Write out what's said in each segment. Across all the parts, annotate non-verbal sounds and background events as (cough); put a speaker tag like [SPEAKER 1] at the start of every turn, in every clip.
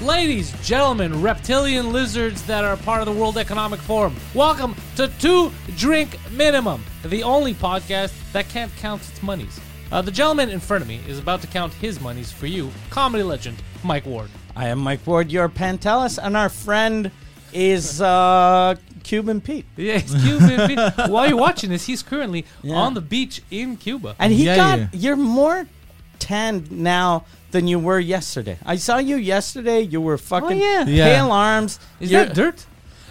[SPEAKER 1] Ladies, gentlemen, reptilian lizards that are part of the World Economic Forum, welcome to Two Drink Minimum, the only podcast that can't count its monies. Uh, the gentleman in front of me is about to count his monies for you, comedy legend Mike Ward.
[SPEAKER 2] I am Mike Ward, your Pantelis, and our friend is uh, Cuban Pete. (laughs)
[SPEAKER 1] Yeah, it's Cuban Pete. While you're watching this, he's currently
[SPEAKER 2] Yeah.
[SPEAKER 1] on the beach in Cuba.
[SPEAKER 2] And he
[SPEAKER 3] Yeah,
[SPEAKER 2] got
[SPEAKER 3] yeah.
[SPEAKER 2] you're more tanned now than you were yesterday. I saw you yesterday. You were fucking
[SPEAKER 1] yeah.
[SPEAKER 3] Yeah.
[SPEAKER 2] pale arms.
[SPEAKER 1] is
[SPEAKER 2] You're-
[SPEAKER 1] that dirt?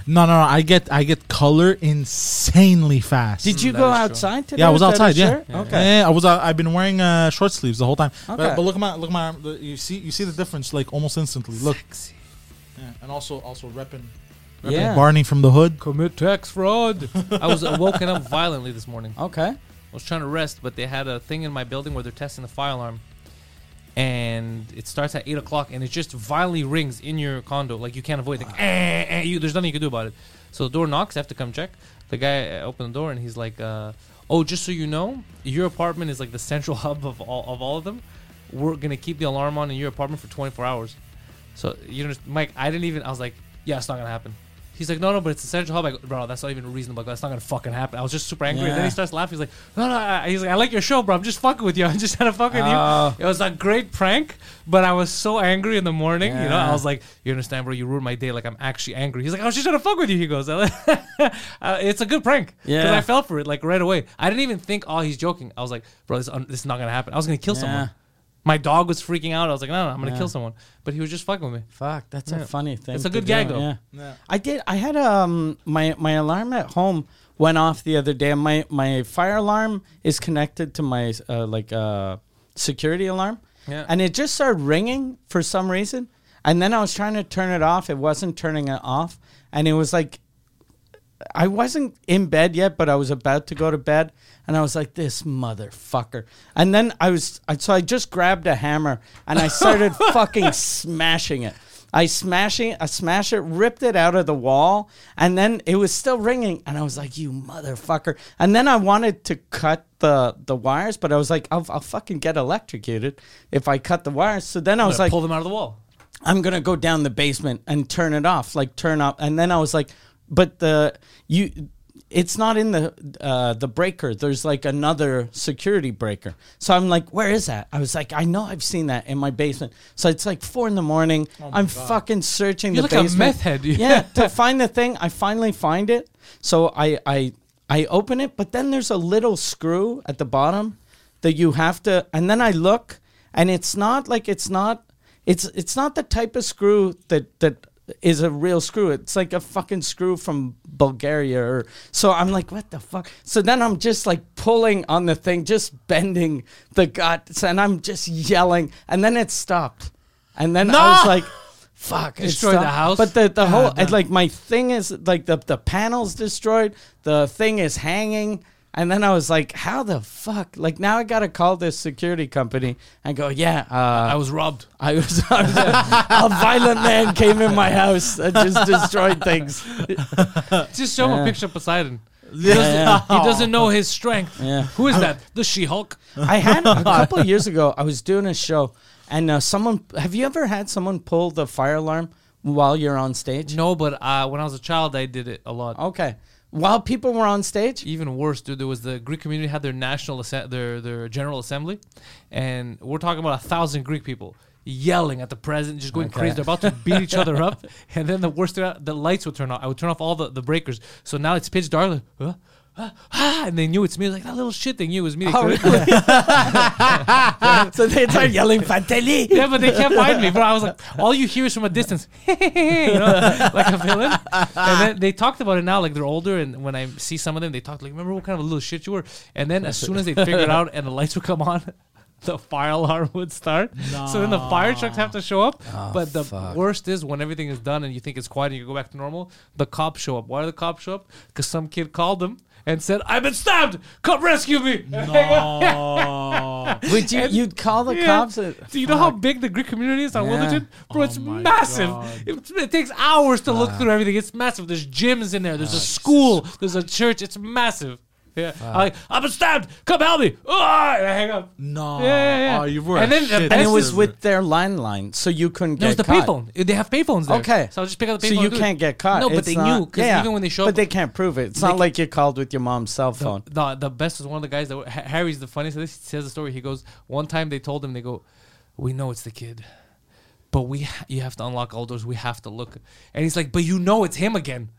[SPEAKER 3] No, no, no. I get I get color insanely fast.
[SPEAKER 2] Did you
[SPEAKER 1] Mm,
[SPEAKER 2] go
[SPEAKER 1] that is true.
[SPEAKER 2] outside today?
[SPEAKER 3] Yeah, I was
[SPEAKER 2] with that
[SPEAKER 3] outside. Yeah.
[SPEAKER 2] shirt?
[SPEAKER 3] Yeah.
[SPEAKER 2] Okay.
[SPEAKER 3] Yeah, I was. out I've been wearing uh, short sleeves the whole time.
[SPEAKER 2] Okay.
[SPEAKER 3] But, but look at my look at my. the- You see you see the difference like almost instantly. Look. Yeah, and also also repping. repping
[SPEAKER 2] Yeah.
[SPEAKER 3] Barney from the hood.
[SPEAKER 1] Commit tax fraud. I was woken up violently this morning.
[SPEAKER 2] Okay.
[SPEAKER 1] I was trying to rest, but they had a thing in my building where they're testing the fire alarm, and it starts at eight o'clock, and it just violently rings in your condo, like you can't avoid. Like, eh, eh, you, there's nothing you can do about it. So the door knocks. I have to come check. The guy uh, opened the door, and he's like, uh, "Oh, just so you know, your apartment is like the central (laughs) hub of all of all of them. We're gonna keep the alarm on in your apartment for 24 hours." So you know, Mike, I didn't even. I was like, "Yeah, it's not gonna happen." He's like, "No, no, but it's the central hub." I go, "Bro, that's not even reasonable. Like, That's not gonna fucking happen." I was just super angry, and then
[SPEAKER 2] Yeah.
[SPEAKER 1] he starts laughing. He's like, "No, no," I, he's like, "I like your show, bro. I'm just fucking with you. (laughs) I'm just trying to fuck with
[SPEAKER 2] Oh.
[SPEAKER 1] you." It was a great prank, but I was so angry in the morning. You know, I
[SPEAKER 2] Yeah.
[SPEAKER 1] was like, "You understand, bro? You ruined my day. Like, I'm actually angry." He's like, "Oh, "I was just trying to fuck with you." He goes, (laughs) "Uh, "It's a good prank." Because
[SPEAKER 2] Yeah.
[SPEAKER 1] I fell for it like right away. I didn't even think, "Oh, he's joking." I was like, "Bro, this, un- this is not gonna happen. I was gonna kill
[SPEAKER 2] Yeah.
[SPEAKER 1] someone." My dog was freaking out. I was like, no, no, I'm gonna
[SPEAKER 2] Yeah.
[SPEAKER 1] kill someone. But he was just fucking with me.
[SPEAKER 2] Fuck, that's
[SPEAKER 1] Yeah.
[SPEAKER 2] a funny thing.
[SPEAKER 1] It's a
[SPEAKER 2] to
[SPEAKER 1] good
[SPEAKER 2] do,
[SPEAKER 1] gag, though.
[SPEAKER 2] Yeah.
[SPEAKER 3] Yeah.
[SPEAKER 2] I did. I had um my my alarm at home went off the other day. and My my fire alarm is connected to my uh, like uh security alarm.
[SPEAKER 1] Yeah.
[SPEAKER 2] And it just started ringing for some reason. And then I was trying to turn it off. It wasn't turning it off, and it was like I wasn't in bed yet, but I was about to go to bed, and I was like, "This motherfucker!" And then I was, I- so I just grabbed a hammer and I started fucking smashing it. I smashing, I smash it, ripped it out of the wall, and then it was still ringing, and I was like, "You motherfucker!" And then I wanted to cut the the wires, but I was like, "I'll, I'll fucking get electrocuted if I cut the wires." So then I was
[SPEAKER 1] Like,
[SPEAKER 2] like,
[SPEAKER 1] pull them out of the wall.
[SPEAKER 2] I'm gonna go down the basement and turn it off, like turn up. And then I was like, but the you, it's not in the uh, the breaker. There's like another security breaker. So I'm like, where is that? I was like, I know I've seen that in my basement. So it's like four in the morning. I'm fucking searching
[SPEAKER 1] Oh You're
[SPEAKER 2] the
[SPEAKER 1] like a
[SPEAKER 2] basement.
[SPEAKER 1] meth head.
[SPEAKER 2] yeah, to find the thing. I finally find it. So I I I open it, but then there's a little screw at the bottom that you have to and then I look and it's not like it's not it's it's not the type of screw that that is a real screw. It's like a fucking screw from Bulgaria or so I'm like, what the fuck? So then I'm just like pulling on the thing, just bending the guts and I'm just yelling and then it stopped. And then I was like, fuck, it
[SPEAKER 1] Destroy the
[SPEAKER 2] stopped.
[SPEAKER 1] house?
[SPEAKER 2] But the, the whole and, like my thing is like the the panels destroyed, the thing is hanging, and then I was like, how the fuck? Like now I gotta call this security company and go, yeah, uh,
[SPEAKER 1] I was robbed.
[SPEAKER 2] I was, (laughs) I was a, violent man came in my house and just destroyed things.
[SPEAKER 1] Just show him a
[SPEAKER 2] Yeah.
[SPEAKER 1] picture of
[SPEAKER 2] (laughs)
[SPEAKER 1] Poseidon. He doesn't, he doesn't know his strength.
[SPEAKER 2] Yeah.
[SPEAKER 1] Who is that? The She-Hulk.
[SPEAKER 2] I had a couple of years ago. I was doing a show, and uh, someone. Have you ever had someone pull the fire alarm while you're on stage?
[SPEAKER 1] No, but uh, when I was a child, I did it a lot.
[SPEAKER 2] Okay, while people were on stage.
[SPEAKER 1] Even worse, dude. There was the Greek community had their national asse- their their general assembly, and we're talking about a thousand Greek people yelling at the president, just going crazy. They're about to beat each other (laughs) up, and then the worst, thing, the lights would turn off. I would turn off all the, the breakers, so now it's pitch dark. Like, huh? ah, and they knew it's me. Like that little shit, they knew it was me. They
[SPEAKER 2] Oh,
[SPEAKER 1] couldn't-
[SPEAKER 2] (laughs) so they start yelling Fanteli.
[SPEAKER 1] (laughs) yeah, but they can't find me, bro. I was like, all you hear is from a distance, (laughs) you know, like a villain. And then they talked about it now, like they're older, and when I see some of them, they talk like, remember what kind of a little shit you were? And then as soon as they figure it out and the lights would come on, (laughs) the fire alarm would start. So then the fire trucks have to show up. but the worst is when everything is done and you think it's quiet and you go back to normal, the cops show up. Why do the cops show up? Because some kid called them. And said, "I've been stabbed. Come rescue me!" (laughs)
[SPEAKER 3] No.
[SPEAKER 2] Would you? You'd call the
[SPEAKER 1] Yeah.
[SPEAKER 2] cops? and-
[SPEAKER 1] Do you know how big the Greek community is on
[SPEAKER 2] Yeah.
[SPEAKER 1] Wilderton? Bro,
[SPEAKER 3] Oh
[SPEAKER 1] it's
[SPEAKER 3] my
[SPEAKER 1] massive.
[SPEAKER 3] God.
[SPEAKER 1] It, it takes hours to look through everything. It's massive. There's gyms in there. There's a school. There's a church. It's massive. Yeah. I'm like, I've been stabbed. Come help me. Ah, and I hang up.
[SPEAKER 3] no.
[SPEAKER 1] Yeah, yeah, yeah.
[SPEAKER 3] Oh, you were.
[SPEAKER 1] And
[SPEAKER 3] a
[SPEAKER 1] then the
[SPEAKER 3] shit
[SPEAKER 1] best
[SPEAKER 2] and it was
[SPEAKER 3] server.
[SPEAKER 2] with their landline, so you couldn't
[SPEAKER 1] No,
[SPEAKER 2] get
[SPEAKER 1] it's the
[SPEAKER 2] caught.
[SPEAKER 1] payphone. They have payphones there.
[SPEAKER 2] Okay.
[SPEAKER 1] So I'll just pick up the
[SPEAKER 2] So
[SPEAKER 1] payphone.
[SPEAKER 2] you
[SPEAKER 1] and do it.
[SPEAKER 2] can't get caught.
[SPEAKER 1] No, but
[SPEAKER 2] It's
[SPEAKER 1] they
[SPEAKER 2] not-
[SPEAKER 1] knew because
[SPEAKER 2] yeah,
[SPEAKER 1] even when they show
[SPEAKER 2] but
[SPEAKER 1] up,
[SPEAKER 2] they can't prove it. It's not like you called with your mom's cell phone.
[SPEAKER 1] The, the best was one of the guys that were- Ha- Harry's the funniest. This he says the story. He goes, one time they told him, they go, we know it's the kid, but we ha- you have to unlock all doors. We have to look, and he's like, but you know it's him again.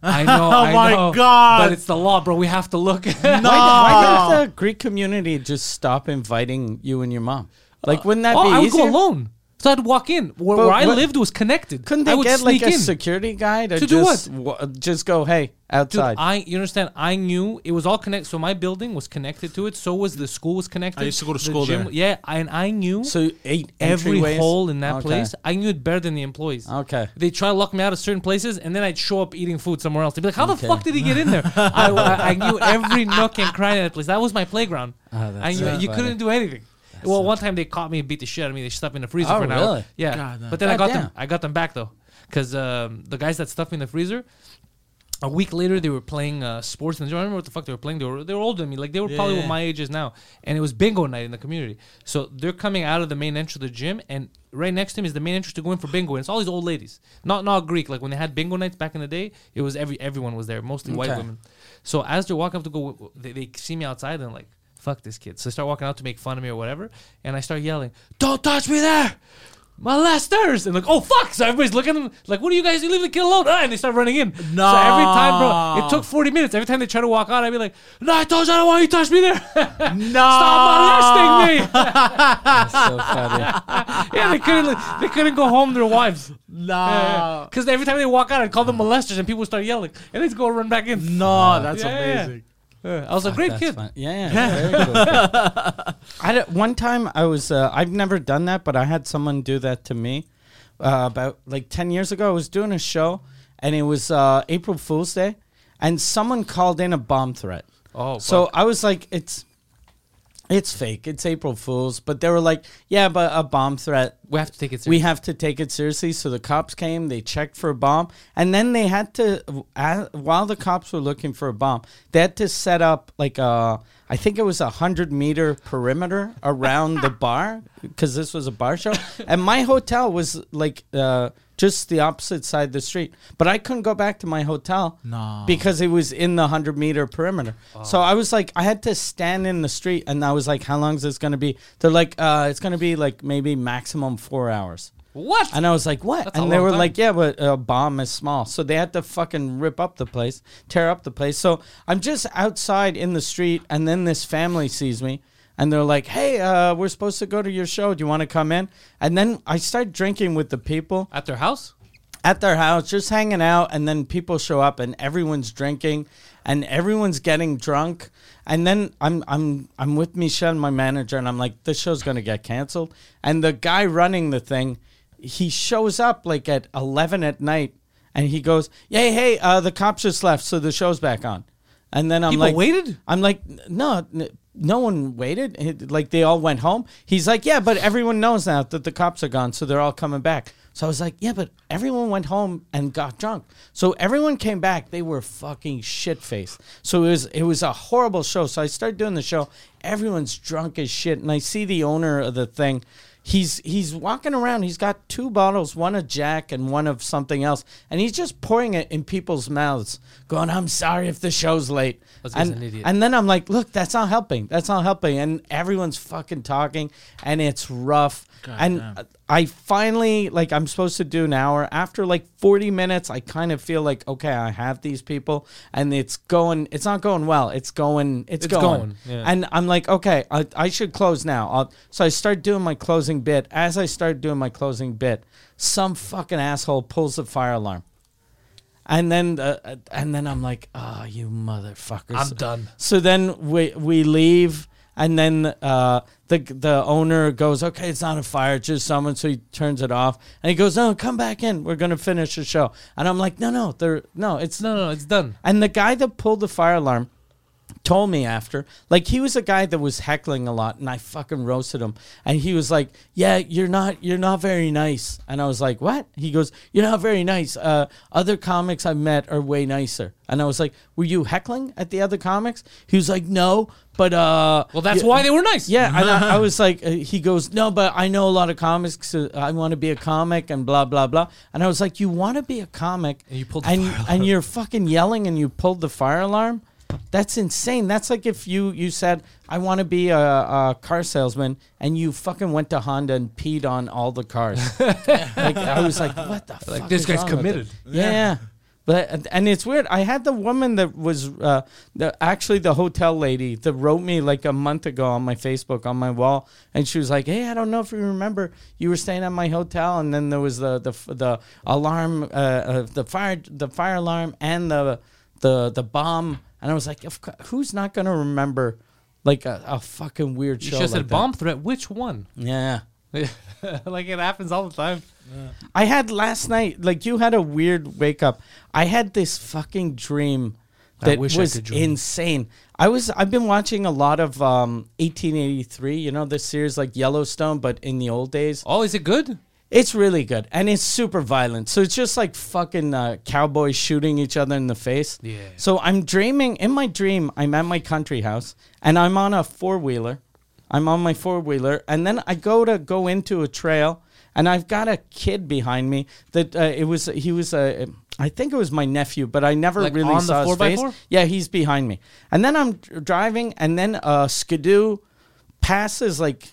[SPEAKER 3] (laughs)
[SPEAKER 1] I know.
[SPEAKER 3] Oh
[SPEAKER 1] I
[SPEAKER 3] my
[SPEAKER 1] know,
[SPEAKER 3] God.
[SPEAKER 1] But it's the law, bro. We have to look. (laughs)
[SPEAKER 3] No.
[SPEAKER 1] Ah.
[SPEAKER 2] Why didn't the Greek community just stop inviting you and your mom? Like, wouldn't that
[SPEAKER 1] oh,
[SPEAKER 2] be
[SPEAKER 1] I would
[SPEAKER 2] easier?
[SPEAKER 1] go alone. So I'd walk in. Where,
[SPEAKER 2] But
[SPEAKER 1] where I
[SPEAKER 2] what-
[SPEAKER 1] lived was connected.
[SPEAKER 2] Couldn't they
[SPEAKER 1] I would
[SPEAKER 2] get like
[SPEAKER 1] sneak
[SPEAKER 2] a
[SPEAKER 1] in.
[SPEAKER 2] security guy to,
[SPEAKER 1] To do
[SPEAKER 2] just wa- just go, hey,
[SPEAKER 1] Dude,
[SPEAKER 2] outside?
[SPEAKER 1] I you understand? I knew it was all connected. So my building was connected to it. So was the school was connected.
[SPEAKER 3] I used to go to
[SPEAKER 1] The
[SPEAKER 3] school
[SPEAKER 1] gym-
[SPEAKER 3] there.
[SPEAKER 1] Yeah, I- and I knew.
[SPEAKER 2] so eight
[SPEAKER 1] every
[SPEAKER 2] entryways?
[SPEAKER 1] hole in that
[SPEAKER 2] Okay.
[SPEAKER 1] place. I knew it better than the employees.
[SPEAKER 2] Okay.
[SPEAKER 1] They try to lock me out of certain places, and then I'd show up eating food somewhere else. They'd be like, "How the fuck did he get
[SPEAKER 4] (laughs)
[SPEAKER 1] in there?" I, I, I knew every nook and cranny of that place. That was my playground.
[SPEAKER 4] Oh, that's
[SPEAKER 1] I knew
[SPEAKER 4] so
[SPEAKER 1] you
[SPEAKER 4] funny.
[SPEAKER 1] couldn't do anything. well, one time they caught me and beat the shit out of me. They stuffed me in the freezer
[SPEAKER 4] Oh,
[SPEAKER 1] for an hour.
[SPEAKER 4] really?
[SPEAKER 1] Yeah,
[SPEAKER 3] God, no.
[SPEAKER 1] but then I
[SPEAKER 2] God
[SPEAKER 1] got
[SPEAKER 2] damn.
[SPEAKER 1] them. I got them back though, because um, the guys that stuffed me in the freezer. A week later, they were playing uh, sports, and I don't remember what the fuck they were playing. They were they were older than me, like they were probably
[SPEAKER 3] Yeah.
[SPEAKER 1] what my age is now. And it was bingo night in the community, so they're coming out of the main entrance of the gym, and right next to him is the main entrance to go in for bingo. And it's all these old ladies, not not Greek. Like when they had bingo nights back in the day, it was every everyone was there, mostly white
[SPEAKER 2] Okay.
[SPEAKER 1] women. So as they're walking up to go, they, they see me outside, and they're like. Fuck this kid. So they start walking out to make fun of me or whatever, and I start yelling, "Don't touch me there!" my last Thursday. And like, oh fuck! So everybody's looking at them like, what are you guys? You leave the kid alone. Ah, and they start running in. No. So every time, bro, it took 40 minutes. Every time they try to walk out, I'd be like, no, I told you I don't want you to touch me there. (laughs)
[SPEAKER 3] No.
[SPEAKER 1] Stop molesting me. (laughs)
[SPEAKER 4] That's so funny.
[SPEAKER 1] yeah, they couldn't they couldn't go home to their wives.
[SPEAKER 3] No.
[SPEAKER 1] Because every time they walk out, I call them molesters and people start yelling. And they just go run back in.
[SPEAKER 3] No. That's
[SPEAKER 1] Yeah, yeah.
[SPEAKER 3] amazing.
[SPEAKER 1] Yeah, I was a great
[SPEAKER 4] That's
[SPEAKER 1] kid.
[SPEAKER 4] fun.
[SPEAKER 2] yeah, yeah.
[SPEAKER 4] Very cool.
[SPEAKER 2] (laughs) I d- one time I was uh, I've never done that, but I had someone do that to me uh, about like ten years ago. I was doing a show, and it was uh, April Fool's Day, and someone called in a bomb threat.
[SPEAKER 1] Oh,
[SPEAKER 2] so I was like, it's it's fake, it's April Fool's, but they were like, yeah, but a bomb threat.
[SPEAKER 1] We have to take it seriously.
[SPEAKER 2] We have to take it seriously. So the cops came, they checked for a bomb, and then they had to, uh, while the cops were looking for a bomb, they had to set up like a, I think it was a hundred meter perimeter around the bar because this was a bar show, and my hotel was like uh, just the opposite side of the street, but I couldn't go back to my hotel
[SPEAKER 3] No.
[SPEAKER 2] because it was in the 100 meter perimeter.
[SPEAKER 1] Oh.
[SPEAKER 2] So I was like, I had to stand in the street and I was like, how long is this going to be? They're like, uh, it's going to be like maybe maximum four hours.
[SPEAKER 1] what?
[SPEAKER 2] And I was like, what?
[SPEAKER 1] That's a
[SPEAKER 2] and they
[SPEAKER 1] long
[SPEAKER 2] were
[SPEAKER 1] time.
[SPEAKER 2] like, yeah, but a bomb is small. So they had to fucking rip up the place, tear up the place. So I'm just outside in the street, and then this family sees me. And they're like, hey, uh, we're supposed to go to your show. Do you want to come in? And then I start drinking with the people
[SPEAKER 1] At their house?
[SPEAKER 2] at their house, just hanging out, and then people show up and everyone's drinking and everyone's getting drunk. And then I'm I'm I'm with Michelle, my manager, and I'm like, this show's gonna get canceled. And the guy running the thing, he shows up like at eleven at night and he goes, Hey, hey, uh, the cops just left, so the show's back on. And then I'm
[SPEAKER 1] People
[SPEAKER 2] like
[SPEAKER 1] waited?
[SPEAKER 2] I'm like, no, n- no one waited. It- Like they all went home. He's like, yeah, but everyone knows now that the cops are gone, so they're all coming back. So I was like, yeah, but everyone went home and got drunk. So everyone came back. They were fucking shit faced. So it was it was a horrible show. So I started doing the show. Everyone's drunk as shit, and I see the owner of the thing. He's he's walking around. He's got two bottles, one of Jack and one of something else, and he's just pouring it in people's mouths, going, "I'm sorry if the show's late."
[SPEAKER 1] Because he's
[SPEAKER 2] And,
[SPEAKER 1] an idiot.
[SPEAKER 2] and then I'm like, "Look, that's not helping. That's not helping." And everyone's fucking talking, and it's rough. and I finally like I'm supposed to do an hour. After like 40 minutes, I kind of feel like okay, I have these people, and it's going. It's not going well. It's going. It's,
[SPEAKER 1] It's
[SPEAKER 2] going.
[SPEAKER 1] going, yeah.
[SPEAKER 2] And I'm like, okay, I, I should close now. I'll, so I start doing my closing bit. As I start doing my closing bit, some fucking asshole pulls the fire alarm. And then, uh, and then I'm like, ah, you motherfuckers!
[SPEAKER 1] I'm done.
[SPEAKER 2] So then we we leave, and then uh, the the owner goes, "Okay, it's not a fire, it's just someone." So he turns it off, and he goes, "No, come back in. We're gonna finish the show." And I'm like, "No, no, there, no, it's
[SPEAKER 1] No, no, no, it's done.
[SPEAKER 2] and the guy that pulled the fire alarm told me after, like he was a guy that was heckling a lot, and I fucking roasted him. And he was like, "Yeah, you're not, you're not very nice." And I was like, "What?" He goes, "You're not very nice. Uh, other comics I've met are way nicer." And I was like, "Were you heckling at the other comics?" He was like, "No, but uh,
[SPEAKER 1] Well, that's
[SPEAKER 2] yeah-
[SPEAKER 1] why they were nice.
[SPEAKER 2] yeah,
[SPEAKER 1] (laughs)
[SPEAKER 2] and I, I was like, uh, he goes, no, but I know a lot of comics. So I want to be a comic and blah blah blah. And I was like, you want to be a comic,
[SPEAKER 1] And you pulled the
[SPEAKER 2] and,
[SPEAKER 1] fire alarm.
[SPEAKER 2] and you're fucking yelling, and you pulled the fire alarm. That's insane. That's like if you you said, I want to be a, a car salesman, and you fucking went to Honda and peed on all
[SPEAKER 1] (laughs)
[SPEAKER 2] the cars. like I was like, what the fuck?
[SPEAKER 1] Like, this
[SPEAKER 2] is
[SPEAKER 1] guy's
[SPEAKER 2] wrong with
[SPEAKER 1] committed.
[SPEAKER 2] it? Yeah. But and it's weird. I had the woman that was uh, the actually the hotel lady that wrote me like a month ago on my Facebook on my wall, and she was like, "Hey, I don't know if you remember, you were staying at my hotel, and then there was the the the alarm, uh, uh, the fire the fire alarm, and the the the bomb." And I was like, of cou- "Who's not gonna remember like a, a fucking weird
[SPEAKER 1] You
[SPEAKER 2] show?"
[SPEAKER 1] should have
[SPEAKER 2] like
[SPEAKER 1] said
[SPEAKER 2] that?
[SPEAKER 1] bomb threat. Which one?
[SPEAKER 2] Yeah.
[SPEAKER 1] (laughs) like it happens all the time.
[SPEAKER 2] I had last night, like you had a weird wake up. I had this fucking dream
[SPEAKER 1] I
[SPEAKER 2] that
[SPEAKER 1] wish I
[SPEAKER 2] was
[SPEAKER 1] could dream.
[SPEAKER 2] insane. I was I've been watching a lot of um, 1883. You know this series like Yellowstone, but in the old days.
[SPEAKER 1] Oh, is it good?
[SPEAKER 2] It's really good and it's super violent. So it's just like fucking uh, cowboys shooting each other in the face.
[SPEAKER 1] Yeah.
[SPEAKER 2] So I'm dreaming in my dream. I'm at my country house and I'm on a four wheeler. I'm on my four wheeler and then I go to go into a trail and I've got a kid behind me that uh, it was he was a. I think it was my nephew, but I never
[SPEAKER 1] Like
[SPEAKER 2] really
[SPEAKER 1] on the
[SPEAKER 2] saw his
[SPEAKER 1] four by
[SPEAKER 2] face.
[SPEAKER 1] four?
[SPEAKER 2] Yeah, he's behind me. And then I'm dr- driving, and then uh, Skidoo passes like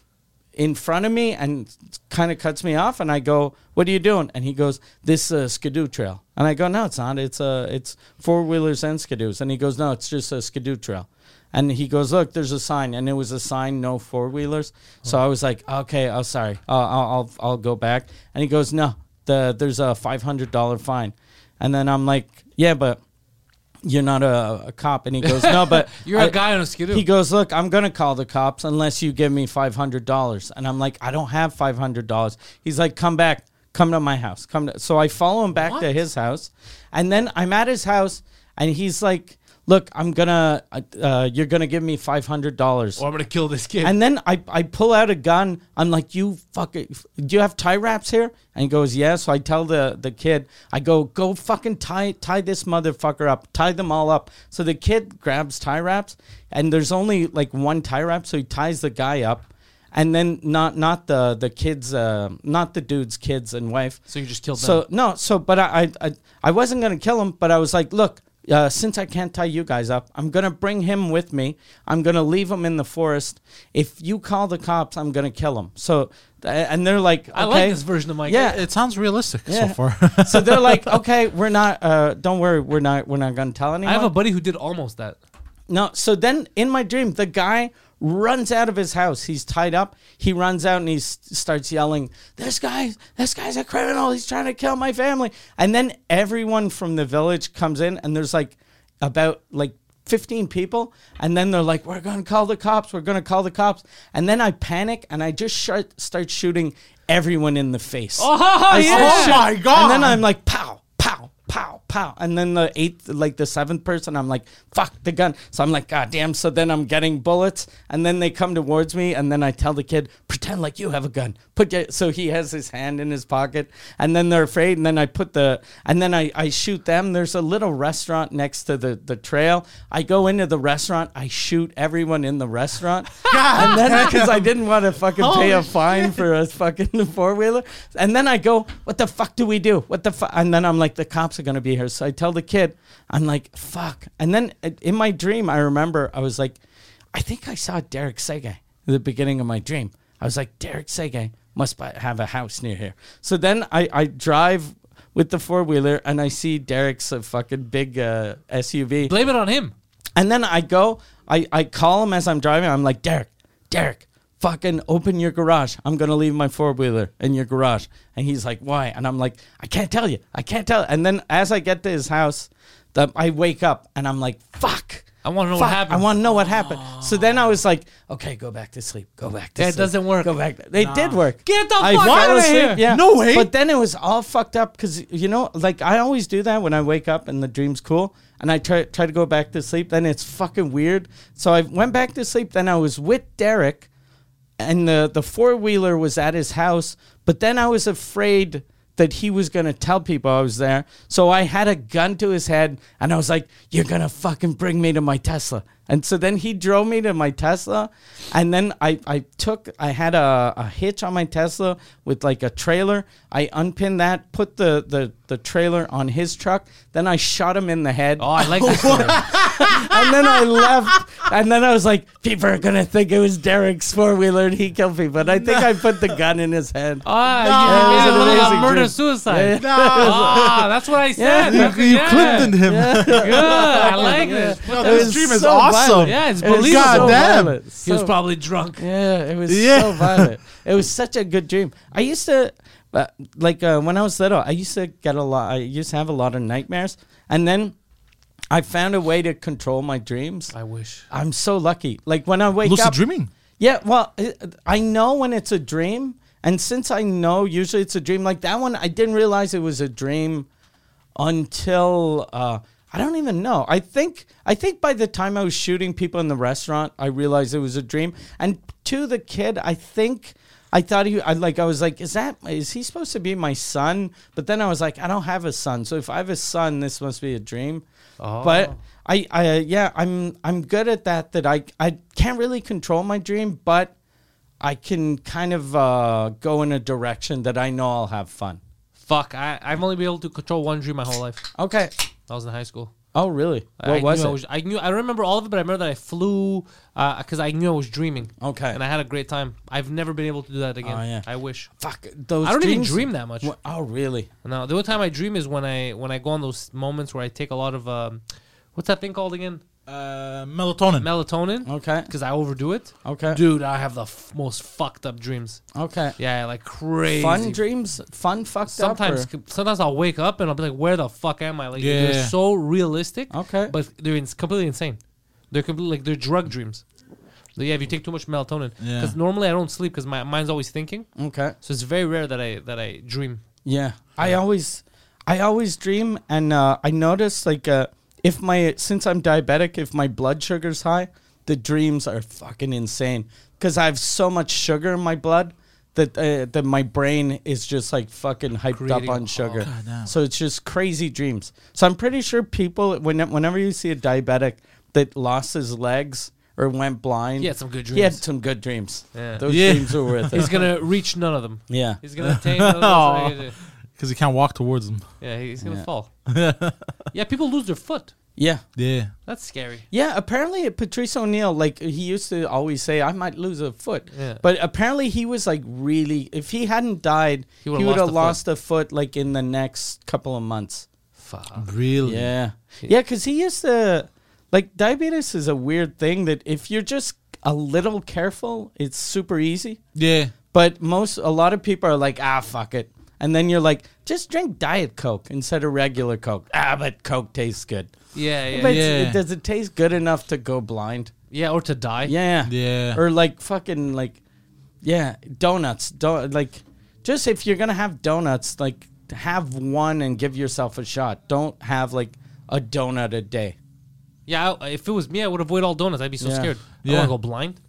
[SPEAKER 2] in front of me and kind of cuts me off. And I go, "What are you doing?" And he goes, "This uh, Skidoo trail." And I go, "No, it's not. It's uh, it's four wheelers and Skidoos." And he goes, "No, it's just a Skidoo trail." And he goes, "Look, there's a sign," and it was a sign, no four wheelers. So I was like, "Okay, oh sorry, uh, I'll, I'll I'll go back." And he goes, "No, the there's a five hundred dollar fine." And then I'm like, "Yeah, but." you're not a, a cop. And he goes, no, but
[SPEAKER 1] (laughs) You're
[SPEAKER 2] a
[SPEAKER 1] a guy on a Skidoo.
[SPEAKER 2] He goes, look, I'm going to call the cops unless you give me $500. And I'm like, I don't have $500. He's like, come back, come to my house. Come to, so I follow him back to
[SPEAKER 1] What?
[SPEAKER 2] his house. And then I'm at his house and he's like, look, I'm going to, uh, you're going to give me $500.
[SPEAKER 1] Or Oh, I'm gonna kill this kid.
[SPEAKER 2] And then I, I pull out a gun. I'm like, you fucking, do you have tie wraps here? And he goes, yeah. So I tell the, the kid, I go, go fucking tie, tie this motherfucker up, tie them all up. So the kid grabs tie wraps and there's only like one tie wrap. So he ties the guy up and then not, not the, the kids, uh, not the dude's kids and wife.
[SPEAKER 1] so you just killed
[SPEAKER 2] So
[SPEAKER 1] them.
[SPEAKER 2] no, so but I I- I, I wasn't gonna kill him, but I was like, look, uh, since I can't tie you guys up, I'm gonna bring him with me. I'm gonna leave him in the forest. If you call the cops, I'm gonna kill him. So th- and they're like,
[SPEAKER 1] I like
[SPEAKER 2] okay.
[SPEAKER 1] this version of Mike.
[SPEAKER 2] Yeah.
[SPEAKER 3] It sounds realistic
[SPEAKER 2] Yeah.
[SPEAKER 1] (laughs)
[SPEAKER 3] so far.
[SPEAKER 2] so they're like, okay, we're not. Uh, don't worry, we're not. We're not gonna tell anyone.
[SPEAKER 1] I have a buddy who did almost that.
[SPEAKER 2] No, so then in my dream, the guy runs out of his house. He's tied up. He runs out and he s- starts yelling, "This guy, this guy's a criminal. He's trying to kill my family." And then everyone from the village comes in and there's like about like 15 people and then they're like, "We're going to call the cops. We're going to call the cops." And then I panic and I just shart- start shooting everyone in the face.
[SPEAKER 1] Oh,
[SPEAKER 2] I
[SPEAKER 1] yeah.
[SPEAKER 2] start
[SPEAKER 3] Oh
[SPEAKER 2] shooting-
[SPEAKER 3] my God.
[SPEAKER 2] And then I'm like, "Pow, pow, pow, pow. And then the eighth, like the seventh person, I'm like, fuck the gun. So I'm like, God damn. So then I'm getting bullets. And then they come towards me. And then I tell the kid, pretend like you have a gun. Put your, so he has his hand in his pocket. And then they're afraid. And then I put the, and then I, I shoot them. There's a little restaurant next to the, the trail. I go into the restaurant. I shoot everyone in the restaurant. and then because I didn't want to fucking pay a
[SPEAKER 1] Holy
[SPEAKER 2] fine for a fucking (laughs) four wheeler. And then I go, what the fuck do we do? What the fuck? And then I'm like, the cops are gonna be here. So I tell the kid, I'm like, fuck. And then uh, in my dream, I remember I was like, I think I saw Derek Sege at the beginning of my dream. I was like, Derek Sege must bu- have a house near here. So then I, I drive with the four wheeler and I see Derek's uh, fucking big uh, SUV.
[SPEAKER 1] Blame it on him.
[SPEAKER 2] And then I go, I, I call him as I'm driving. I'm like, Derek, Derek, fucking open your garage. I'm going to leave my four wheeler in your garage. And he's like, why? And I'm like, I can't tell you. I can't tell. And then as I get to his house, the, I wake up and I'm like, fuck.
[SPEAKER 1] I wanna know what
[SPEAKER 2] fuck,
[SPEAKER 1] happened.
[SPEAKER 2] I want to know what happened. So then I was like, okay, go back to sleep. Go back to
[SPEAKER 1] That
[SPEAKER 2] sleep.
[SPEAKER 1] doesn't work.
[SPEAKER 2] Go back. They did work.
[SPEAKER 1] Get the
[SPEAKER 2] I
[SPEAKER 1] fuck
[SPEAKER 2] fell
[SPEAKER 1] outta here.
[SPEAKER 2] asleep, Yeah.
[SPEAKER 3] No way.
[SPEAKER 2] But then it was all fucked up because you know, like I always do that when I wake up and the dream's cool, and I try try to go back to sleep. Then it's fucking weird. So I went back to sleep. Then I was with Derek, and the the four wheeler was at his house. But then I was afraid that he was gonna tell people I was there. So I had a gun to his head, and I was like, "You're gonna fucking bring me to my Tesla." And so then he drove me to my Tesla, and then I, I took I had a, a hitch on my Tesla with like a trailer. I unpinned that, put the, the, the trailer on his truck. Then I shot him in the head,
[SPEAKER 1] Oh, I like (laughs) this story.
[SPEAKER 2] and then I left. And then I was like, people are gonna think it was Derek's four wheeler and he killed me. But I think I put the gun in his head.
[SPEAKER 1] (laughs) Ah,
[SPEAKER 2] Yeah, it
[SPEAKER 1] you
[SPEAKER 2] was an
[SPEAKER 1] made a
[SPEAKER 2] amazing
[SPEAKER 1] murder
[SPEAKER 2] dream.
[SPEAKER 1] suicide. Ah, that's what I said.
[SPEAKER 3] (laughs) You,
[SPEAKER 1] That's-
[SPEAKER 3] you
[SPEAKER 1] yeah.
[SPEAKER 3] clipped in him.
[SPEAKER 1] Good. (laughs) I
[SPEAKER 3] (laughs)
[SPEAKER 1] like this.
[SPEAKER 3] No,
[SPEAKER 2] It
[SPEAKER 3] this
[SPEAKER 2] was
[SPEAKER 3] dream is
[SPEAKER 2] so
[SPEAKER 3] awesome.
[SPEAKER 2] violent.
[SPEAKER 1] Yeah, it's
[SPEAKER 2] It was
[SPEAKER 1] believable.
[SPEAKER 2] so
[SPEAKER 3] Goddamn.
[SPEAKER 2] violent.
[SPEAKER 1] He was
[SPEAKER 2] So-
[SPEAKER 1] probably drunk.
[SPEAKER 2] (laughs) Yeah, it was
[SPEAKER 3] Yeah.
[SPEAKER 2] so violent. It was such a good dream. I used to, uh, like, uh, when I was little, I used to get a lot. I used to have a lot of nightmares, and then I found a way to control my dreams.
[SPEAKER 1] I wish.
[SPEAKER 2] I'm so lucky. Like when I wake
[SPEAKER 3] Lucid
[SPEAKER 2] up,
[SPEAKER 3] dreaming.
[SPEAKER 2] yeah, well, it- I know when it's a dream, and since I know usually it's a dream, like that one, I didn't realize it was a dream until uh, I don't even know. I think I think by the time I was shooting people in the restaurant, I realized it was a dream. And to the kid, I think I thought he, I like, I was like, is that is he supposed to be my son? But then I was like, I don't have a son, so if I have a son, this must be a dream.
[SPEAKER 3] Oh.
[SPEAKER 2] But I, I, uh, yeah, I'm, I'm good at that. That I, I can't really control my dream, but I can kind of uh, go in a direction that I know I'll have fun.
[SPEAKER 1] Fuck, I, I've only been able to control one dream my whole life.
[SPEAKER 2] Okay.
[SPEAKER 1] I was in high school.
[SPEAKER 2] Oh, really? What
[SPEAKER 1] I
[SPEAKER 2] was
[SPEAKER 1] knew
[SPEAKER 2] it?
[SPEAKER 1] I, was, I knew I remember all of it, but I remember that I flew because I knew I was dreaming.
[SPEAKER 2] Okay.
[SPEAKER 1] and I had a great time. I've never been able to do that again.
[SPEAKER 2] Oh, yeah.
[SPEAKER 1] I wish.
[SPEAKER 2] Fuck those.
[SPEAKER 1] I don't even
[SPEAKER 2] dreams-
[SPEAKER 1] dream that much.
[SPEAKER 2] Wha- Oh, really?
[SPEAKER 1] No, the only time I dream is when I when I go on those moments where I take a lot of um, what's that thing called again?
[SPEAKER 3] Uh, melatonin.
[SPEAKER 1] Melatonin.
[SPEAKER 2] Okay.
[SPEAKER 1] Because I overdo it.
[SPEAKER 2] Okay.
[SPEAKER 1] Dude, I have the f- most fucked up dreams.
[SPEAKER 2] Okay.
[SPEAKER 1] Yeah, like crazy.
[SPEAKER 2] Fun dreams. Fun fucked
[SPEAKER 1] sometimes
[SPEAKER 2] up. or-
[SPEAKER 1] sometimes I'll wake up and I'll be like, where the fuck am I? Like they're
[SPEAKER 3] Yeah.
[SPEAKER 1] so realistic.
[SPEAKER 2] Okay.
[SPEAKER 1] But they're ins- completely insane. They're completely like they're drug dreams. Yeah, if you take too much melatonin,
[SPEAKER 3] Yeah.
[SPEAKER 1] because normally I don't sleep because my mind's always thinking,
[SPEAKER 2] Okay.
[SPEAKER 1] so it's very rare that I that I dream.
[SPEAKER 2] Yeah. I always, I always dream, and uh, I notice like uh, if my since I'm diabetic, if my blood sugar's high, the dreams are fucking insane because I have so much sugar in my blood. That, uh, that my brain is just like fucking hyped up
[SPEAKER 1] Creating- Oh,
[SPEAKER 2] on sugar,
[SPEAKER 3] Goddamn.
[SPEAKER 2] so it's just crazy dreams. So I'm pretty sure people, when, whenever you see a diabetic that lost his legs or went blind,
[SPEAKER 1] He had some good
[SPEAKER 2] He had
[SPEAKER 1] dreams.
[SPEAKER 2] some good dreams.
[SPEAKER 1] Yeah.
[SPEAKER 2] Those
[SPEAKER 3] Yeah.
[SPEAKER 2] dreams were worth it.
[SPEAKER 1] (laughs) He's gonna reach none of them.
[SPEAKER 2] yeah.
[SPEAKER 1] He's gonna attain. none of those.
[SPEAKER 3] Because you can't walk towards them.
[SPEAKER 1] Yeah, he's gonna fall. yeah, people lose their foot.
[SPEAKER 2] Yeah.
[SPEAKER 3] Yeah.
[SPEAKER 1] That's scary.
[SPEAKER 2] Yeah, apparently Patrice O'Neill, like he used to always say, I might lose a foot.
[SPEAKER 1] Yeah.
[SPEAKER 2] But apparently he was like really if he hadn't died, he
[SPEAKER 1] He
[SPEAKER 2] would
[SPEAKER 1] would've
[SPEAKER 2] have
[SPEAKER 1] lost
[SPEAKER 2] lost,
[SPEAKER 1] a
[SPEAKER 2] a foot like in the next couple of months.
[SPEAKER 1] Fuck.
[SPEAKER 3] Really?
[SPEAKER 2] Yeah. Yeah, because he used to like diabetes is a weird thing that if you're just a little careful, it's super easy.
[SPEAKER 3] Yeah.
[SPEAKER 2] But most a lot of people are like, ah, fuck it. And then you're like, just drink diet Coke instead of regular Coke. Ah, but Coke tastes good.
[SPEAKER 1] Yeah, yeah,
[SPEAKER 2] but
[SPEAKER 1] yeah.
[SPEAKER 2] it's-
[SPEAKER 3] Yeah.
[SPEAKER 2] It, does it taste good enough to go blind?
[SPEAKER 1] yeah, or to die.
[SPEAKER 2] Yeah.
[SPEAKER 3] Yeah.
[SPEAKER 2] Or like fucking like, yeah, donuts. Don't like just if you're gonna have donuts, like have one and give yourself a shot. Don't have like a donut a day.
[SPEAKER 1] Yeah, I, if it was me, I would avoid all donuts. I'd be so
[SPEAKER 2] Yeah.
[SPEAKER 1] scared. I
[SPEAKER 3] Yeah.
[SPEAKER 1] want to go blind.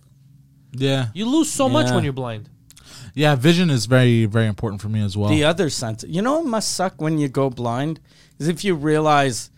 [SPEAKER 3] Yeah.
[SPEAKER 1] You lose so much
[SPEAKER 2] Yeah.
[SPEAKER 1] when you're blind.
[SPEAKER 3] Yeah, vision is very, very important for me as well.
[SPEAKER 2] The other sense, you know, it must suck when you go blind is if you realize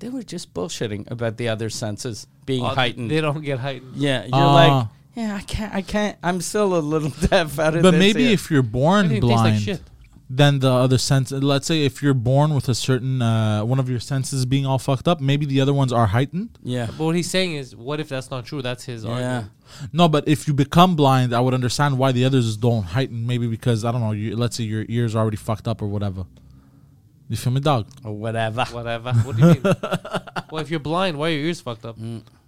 [SPEAKER 2] they were just bullshitting about the other senses being
[SPEAKER 3] Oh,
[SPEAKER 1] Uh,
[SPEAKER 2] heightened.
[SPEAKER 1] They don't get heightened.
[SPEAKER 2] yeah, you're
[SPEAKER 3] Ah.
[SPEAKER 2] like, yeah, I can't, I can't. I'm still a little (laughs) deaf out of
[SPEAKER 3] but
[SPEAKER 2] this
[SPEAKER 3] maybe
[SPEAKER 2] here."
[SPEAKER 3] if you're born
[SPEAKER 1] Everything tastes like
[SPEAKER 3] blind,
[SPEAKER 1] shit.
[SPEAKER 3] then the other sense. Let's say if you're born with a certain uh, one of your senses being all fucked up, maybe the other ones are heightened.
[SPEAKER 2] yeah,
[SPEAKER 1] But what he's saying is, what if that's not true? That's his
[SPEAKER 2] yeah,
[SPEAKER 1] argument.
[SPEAKER 3] No, but if you become blind, I would understand why the others don't heighten. Maybe because I don't know. You, let's say your ears are already fucked up or whatever. You feel me, dog?
[SPEAKER 2] or whatever.
[SPEAKER 1] Whatever. What do you mean? well, if you're blind, why are your ears fucked up?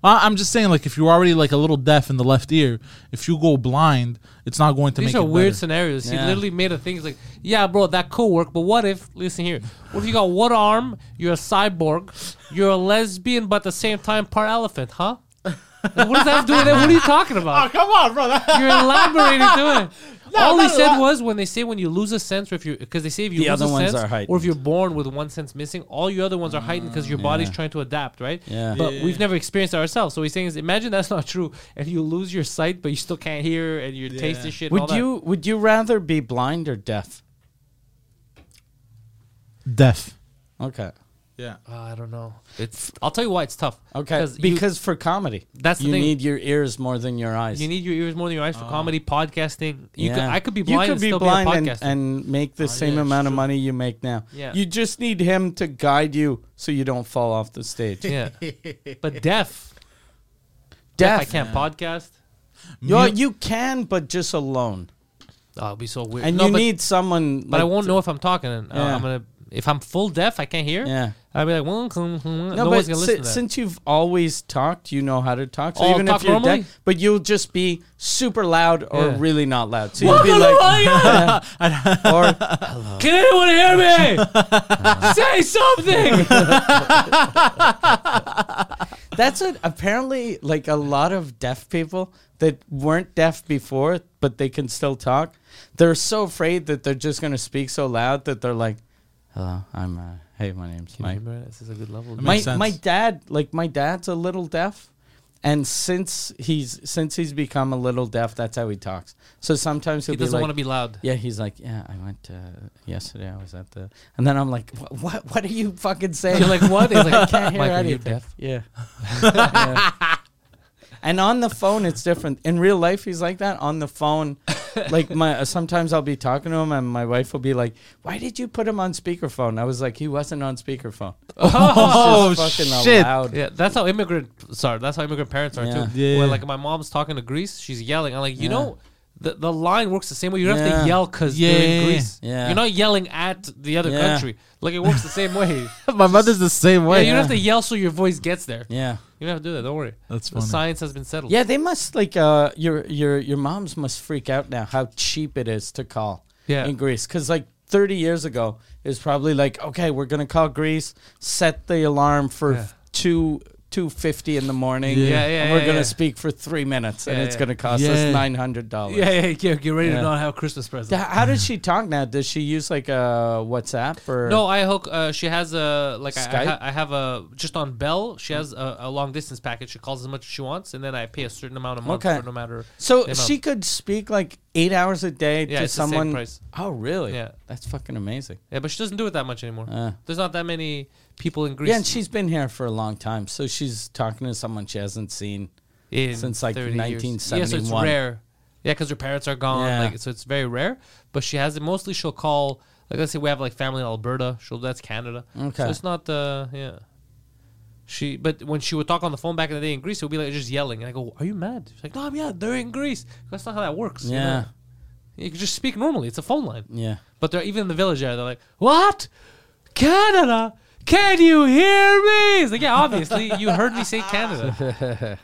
[SPEAKER 3] I- I'm just saying, like, if you're already like a little deaf in the left ear, if you go blind, it's not going to
[SPEAKER 1] These
[SPEAKER 3] make
[SPEAKER 1] are
[SPEAKER 3] it
[SPEAKER 1] weird
[SPEAKER 3] better.
[SPEAKER 1] scenarios.
[SPEAKER 2] Yeah.
[SPEAKER 1] He literally made a thing. He's like, yeah, bro, that could work. But what if, listen here, what if you got one arm, you're a cyborg, you're a lesbian, but at the same time, part elephant, huh? Like, what does that have to do with it? What are you talking about?
[SPEAKER 3] Come on, brother.
[SPEAKER 1] You're (laughs) elaborating to it. All he
[SPEAKER 3] not
[SPEAKER 1] said
[SPEAKER 3] elab-
[SPEAKER 1] was when they say when you lose a sense, or if you because they say if you
[SPEAKER 2] The
[SPEAKER 1] lose
[SPEAKER 2] other
[SPEAKER 1] a
[SPEAKER 2] ones
[SPEAKER 1] sense,
[SPEAKER 2] are heightened. Mm,
[SPEAKER 1] or if you're born with one sense missing, all your other ones are heightened because your body's trying to adapt, right?
[SPEAKER 2] Yeah.
[SPEAKER 1] But
[SPEAKER 3] Yeah.
[SPEAKER 1] we've never experienced it ourselves. So he's saying is imagine that's not true, and you lose your sight, but you still can't hear and your taste
[SPEAKER 3] Yeah.
[SPEAKER 1] and shit. and all
[SPEAKER 2] Would
[SPEAKER 1] that.
[SPEAKER 2] you would you rather be blind or deaf?
[SPEAKER 3] Deaf.
[SPEAKER 2] Okay.
[SPEAKER 3] Yeah.
[SPEAKER 1] Uh, I don't know. It's. I'll tell you why it's tough.
[SPEAKER 2] Okay.
[SPEAKER 1] you-
[SPEAKER 2] Because for comedy,
[SPEAKER 1] That's the
[SPEAKER 2] you
[SPEAKER 1] thing.
[SPEAKER 2] need your ears more than your eyes.
[SPEAKER 1] you need your ears more than your eyes for comedy, podcasting. You could, I could be blind.
[SPEAKER 2] You could
[SPEAKER 1] and
[SPEAKER 2] be
[SPEAKER 1] still
[SPEAKER 2] blind
[SPEAKER 1] be a
[SPEAKER 2] and,
[SPEAKER 1] podcaster. Ah,
[SPEAKER 2] and make the same
[SPEAKER 3] yeah,
[SPEAKER 2] amount of
[SPEAKER 3] sure.
[SPEAKER 2] money you make now.
[SPEAKER 1] Yeah.
[SPEAKER 2] You just need him to guide you so you don't fall off
[SPEAKER 1] (laughs)
[SPEAKER 2] the stage.
[SPEAKER 1] yeah, but deaf.
[SPEAKER 2] Deaf.
[SPEAKER 1] I can't podcast.
[SPEAKER 2] You're- you can, but just alone.
[SPEAKER 1] Oh, it'd be so weird.
[SPEAKER 2] And
[SPEAKER 1] no,
[SPEAKER 2] you
[SPEAKER 1] but,
[SPEAKER 2] need someone.
[SPEAKER 1] but I won't know if I'm talking. And, uh,
[SPEAKER 2] Yeah.
[SPEAKER 1] I'm gonna. If I'm full deaf, I can't hear.
[SPEAKER 2] Yeah.
[SPEAKER 1] I'll be like, well, no,
[SPEAKER 2] No,
[SPEAKER 1] one's
[SPEAKER 2] but
[SPEAKER 1] gonna
[SPEAKER 2] si-
[SPEAKER 1] listen. to that.
[SPEAKER 2] since you've always talked, you know how to talk. So
[SPEAKER 1] Oh, I'll
[SPEAKER 2] even
[SPEAKER 1] talk
[SPEAKER 2] if you're
[SPEAKER 1] normally?
[SPEAKER 2] deaf, but you'll just be super loud or
[SPEAKER 1] Yeah.
[SPEAKER 2] really not loud. So you'll
[SPEAKER 1] (laughs)
[SPEAKER 2] be like, (laughs) or
[SPEAKER 1] Can anyone hear me?
[SPEAKER 2] (laughs)
[SPEAKER 1] Say something.
[SPEAKER 2] That's it. Apparently, like a lot of deaf people that weren't deaf before, but they can still talk. They're so afraid that they're just going to speak so loud that they're like, "Hello, I'm uh, (laughs) hey, my name's Mike."
[SPEAKER 1] this is a good level.
[SPEAKER 3] Mike-
[SPEAKER 2] My
[SPEAKER 3] Makes sense.
[SPEAKER 2] my dad, like my dad's a little deaf, and since he's since he's become a little deaf, that's how he talks. So sometimes he'll
[SPEAKER 1] He
[SPEAKER 2] be
[SPEAKER 1] doesn't
[SPEAKER 2] like,
[SPEAKER 1] want to be
[SPEAKER 2] (laughs)
[SPEAKER 1] loud.
[SPEAKER 2] yeah, he's like, yeah, I went uh, yesterday. I was at the, and then I'm like, "Wha- what? What are you fucking saying?
[SPEAKER 1] You're like, what? He's like,
[SPEAKER 2] I can't hear
[SPEAKER 1] Michael,
[SPEAKER 2] anything.
[SPEAKER 1] you're deaf.
[SPEAKER 2] Yeah. Yeah. And on the phone, it's different. In real life, he's like that. On the phone, like my uh, sometimes I'll be talking to him, and my wife will be like, "Why did you put him on speakerphone?" I was like, "He wasn't on speakerphone."
[SPEAKER 3] Oh,
[SPEAKER 2] (laughs) It's just fucking
[SPEAKER 3] shit.
[SPEAKER 2] loud.
[SPEAKER 1] Yeah, that's how immigrant. Sorry, that's how immigrant parents are
[SPEAKER 2] Yeah.
[SPEAKER 1] too.
[SPEAKER 3] Yeah.
[SPEAKER 1] Where like my mom's talking to Greece, she's yelling. I'm like, you know, the, the line works the same way. You don't have
[SPEAKER 2] Yeah.
[SPEAKER 1] to yell because they're
[SPEAKER 3] Yeah.
[SPEAKER 1] in Greece.
[SPEAKER 2] Yeah.
[SPEAKER 1] You're not yelling at the other
[SPEAKER 2] Yeah.
[SPEAKER 1] country. Like it works the same way.
[SPEAKER 3] (laughs) My mother's the same
[SPEAKER 1] yeah,
[SPEAKER 3] way.
[SPEAKER 1] you don't have to yell so your voice gets there.
[SPEAKER 2] Yeah.
[SPEAKER 1] You don't have to do that. Don't worry.
[SPEAKER 3] That's
[SPEAKER 1] the
[SPEAKER 3] funny.
[SPEAKER 1] science has been settled. (laughs)
[SPEAKER 2] Yeah, they must like uh your your your moms must freak out now how cheap it is to call.
[SPEAKER 1] Yeah.
[SPEAKER 2] In Greece cuz like 30 years ago it was probably like okay, we're going to call Greece, set the alarm for
[SPEAKER 1] Yeah.
[SPEAKER 2] 2 250 in the morning.
[SPEAKER 3] Yeah. Yeah,
[SPEAKER 1] yeah,
[SPEAKER 2] And we're
[SPEAKER 1] yeah,
[SPEAKER 2] going to
[SPEAKER 1] yeah.
[SPEAKER 2] speak for 3 minutes and
[SPEAKER 1] Yeah,
[SPEAKER 2] it's
[SPEAKER 1] yeah.
[SPEAKER 2] going to cost
[SPEAKER 3] Yeah.
[SPEAKER 2] us $900.
[SPEAKER 1] yeah, yeah. yeah get ready
[SPEAKER 2] Yeah.
[SPEAKER 1] to not have a Christmas present.
[SPEAKER 2] Th- How does she talk now? Does she use like a WhatsApp or
[SPEAKER 1] No, I hook. Uh, she has a like I, I,
[SPEAKER 2] Skype?
[SPEAKER 1] ha- I have a just on Bell. She has a, a long distance package. She calls as much as she wants, and then I pay a certain amount a month
[SPEAKER 2] Okay.
[SPEAKER 1] for no matter.
[SPEAKER 2] So
[SPEAKER 1] the amount.
[SPEAKER 2] she could speak like 8 hours a day
[SPEAKER 1] Yeah,
[SPEAKER 2] to
[SPEAKER 1] it's the same
[SPEAKER 2] someone
[SPEAKER 1] price.
[SPEAKER 2] Oh, really?
[SPEAKER 1] Yeah.
[SPEAKER 2] That's fucking amazing.
[SPEAKER 1] Yeah, but she doesn't do it that much anymore.
[SPEAKER 2] Ah.
[SPEAKER 1] There's not that many people in Greece.
[SPEAKER 2] Yeah, and she's been here for a long time, so she's talking to someone she hasn't seen.
[SPEAKER 1] in
[SPEAKER 2] since, like,
[SPEAKER 1] 30 years. Yeah, so it's
[SPEAKER 2] 1971.
[SPEAKER 1] rare. Yeah, because her parents are gone.
[SPEAKER 2] Yeah.
[SPEAKER 1] Like, so it's very rare. But she has it. Mostly, she'll call. Like, let's say we have like family in Alberta. She'll that's Canada.
[SPEAKER 2] Okay.
[SPEAKER 1] So it's not the yeah. She but when she would talk on the phone back in the day in Greece, it would be like just yelling, and I go, "Are you mad?" She's like, "No, I'm yeah, they're in Greece." That's not how that works. you know?
[SPEAKER 2] Yeah.
[SPEAKER 1] You, can just speak normally. It's a phone line.
[SPEAKER 2] Yeah.
[SPEAKER 1] But they're even in the village area. They're like, "What, Canada? Can you hear me?" It's like, yeah, obviously you heard me say Canada.
[SPEAKER 2] (laughs)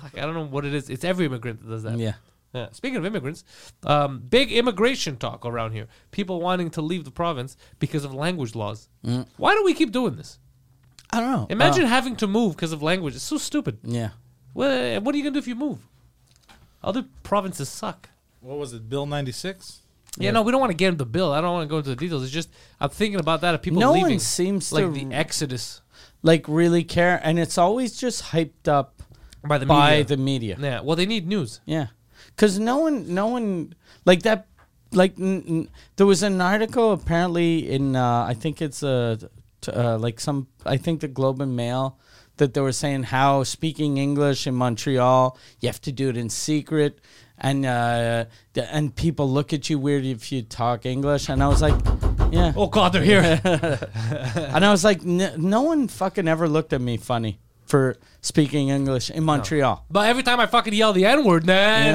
[SPEAKER 1] Fuck, I don't know what it is. It's every immigrant that does that.
[SPEAKER 2] Yeah.
[SPEAKER 1] Yeah. Speaking of immigrants, um, big immigration talk around here. People wanting to leave the province because of language laws. Why do we keep doing this?
[SPEAKER 2] I don't know.
[SPEAKER 1] Imagine
[SPEAKER 2] Mm. Uh,
[SPEAKER 1] having to move because of language. It's so stupid.
[SPEAKER 2] yeah.
[SPEAKER 1] What, what are you gonna do if you move? Other provinces suck.
[SPEAKER 3] What was it? Bill ninety six.
[SPEAKER 1] Yeah, no, we don't want to get into the bill. I don't want to go into the details. It's just I'm thinking about that of people
[SPEAKER 2] No one
[SPEAKER 1] leaving.
[SPEAKER 2] seems
[SPEAKER 1] like
[SPEAKER 2] to-
[SPEAKER 1] the exodus
[SPEAKER 2] like really care, and it's always just hyped up
[SPEAKER 1] by the
[SPEAKER 2] by
[SPEAKER 1] media.
[SPEAKER 2] the media.
[SPEAKER 1] yeah. Well, they need news.
[SPEAKER 2] Yeah, because no one, no one like that. Like n- n- there was an article apparently in uh, I think it's uh, t- uh, like some I think the Globe and Mail that they were saying how speaking English in Montreal you have to do it in secret and uh, the, and people look at you weird if you talk English and I was like yeah
[SPEAKER 1] Oh God, they're
[SPEAKER 2] (laughs)
[SPEAKER 1] here.
[SPEAKER 2] and I was like n- no one fucking ever looked at me funny for speaking English in Montreal
[SPEAKER 1] but every time I fucking yell the N word, nah, nah,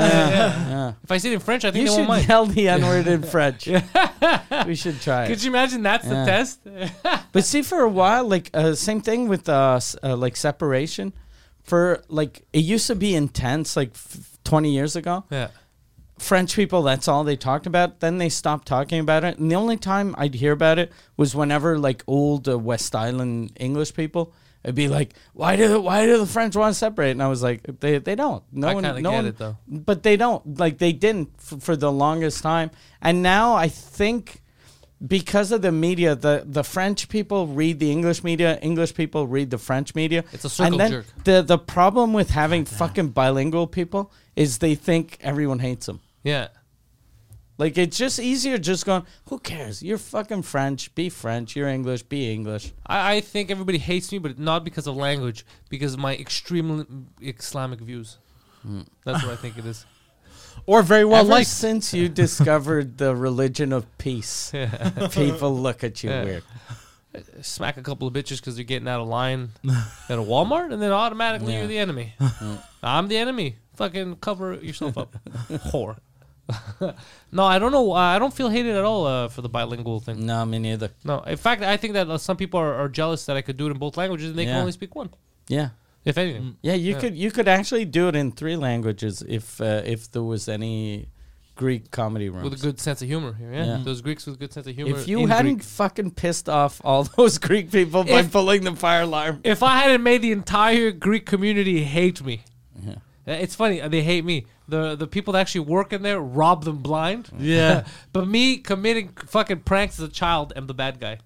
[SPEAKER 1] nah. If I say it in French, I think
[SPEAKER 2] You
[SPEAKER 1] they
[SPEAKER 2] should
[SPEAKER 1] won't mind.
[SPEAKER 2] yell the N
[SPEAKER 1] (laughs)
[SPEAKER 2] word in French. we should try
[SPEAKER 1] Could
[SPEAKER 2] it.
[SPEAKER 1] you imagine that's the test?
[SPEAKER 2] But see, for a while, like uh, same thing with uh, s- uh, like separation. For like, it used to be intense, like f- twenty years ago.
[SPEAKER 1] yeah.
[SPEAKER 2] French people, that's all they talked about. Then they stopped talking about it, and the only time I'd hear about it was whenever like old uh, West Island English people. It'd be like, why do why do the French want to separate? And I was like, they they don't. No
[SPEAKER 1] I
[SPEAKER 2] one,
[SPEAKER 1] kinda
[SPEAKER 2] no
[SPEAKER 1] get
[SPEAKER 2] one,
[SPEAKER 1] it, though.
[SPEAKER 2] but they don't. Like they didn't f- for the longest time, and now I think because of the media, the the French people read the English media, English people read the French media.
[SPEAKER 1] It's a circle
[SPEAKER 2] and then
[SPEAKER 1] jerk.
[SPEAKER 2] The the problem with having fucking bilingual people is they think everyone hates them.
[SPEAKER 1] Yeah.
[SPEAKER 2] Like it's just easier just going, who cares? You're fucking French, be French, you're English, be English.
[SPEAKER 1] I, I think everybody hates me, but not because of language, because of my extreme Islamic views.
[SPEAKER 2] Hmm.
[SPEAKER 1] That's what I think it is.
[SPEAKER 3] or very well
[SPEAKER 2] Ever
[SPEAKER 3] liked.
[SPEAKER 2] since you discovered the religion of peace, people look at you
[SPEAKER 1] Yeah.
[SPEAKER 2] weird.
[SPEAKER 1] Smack a couple of bitches because they're getting out of
[SPEAKER 2] (laughs)
[SPEAKER 1] line at a Walmart, and then automatically you're the enemy. I'm the enemy. Fucking cover yourself
[SPEAKER 2] (laughs)
[SPEAKER 1] up, whore. (laughs) no, I don't know. I don't feel hated at all uh, for the bilingual thing.
[SPEAKER 2] No, me neither.
[SPEAKER 1] No, in fact, I think that uh, some people are, are jealous that I could do it in both languages, and they can
[SPEAKER 2] Yeah.
[SPEAKER 1] only speak one,
[SPEAKER 2] Yeah.
[SPEAKER 1] if anything.
[SPEAKER 2] Yeah, you
[SPEAKER 1] Yeah.
[SPEAKER 2] could you could actually do it in three languages if uh, if there was any Greek comedy rooms.
[SPEAKER 1] With a good sense of humor, yeah.
[SPEAKER 2] Yeah.
[SPEAKER 1] Those Greeks with a good sense of humor.
[SPEAKER 2] Mm. if you
[SPEAKER 1] in
[SPEAKER 2] hadn't
[SPEAKER 1] Greek.
[SPEAKER 2] fucking pissed off all (laughs) those Greek people by
[SPEAKER 1] If-
[SPEAKER 2] pulling the fire alarm.
[SPEAKER 1] if I hadn't made the entire Greek community hate me, Uh, it's funny uh, they hate me. The the people that actually work in there rob them blind.
[SPEAKER 3] Yeah.
[SPEAKER 1] (laughs) but me committing c- fucking pranks as a child am the bad guy.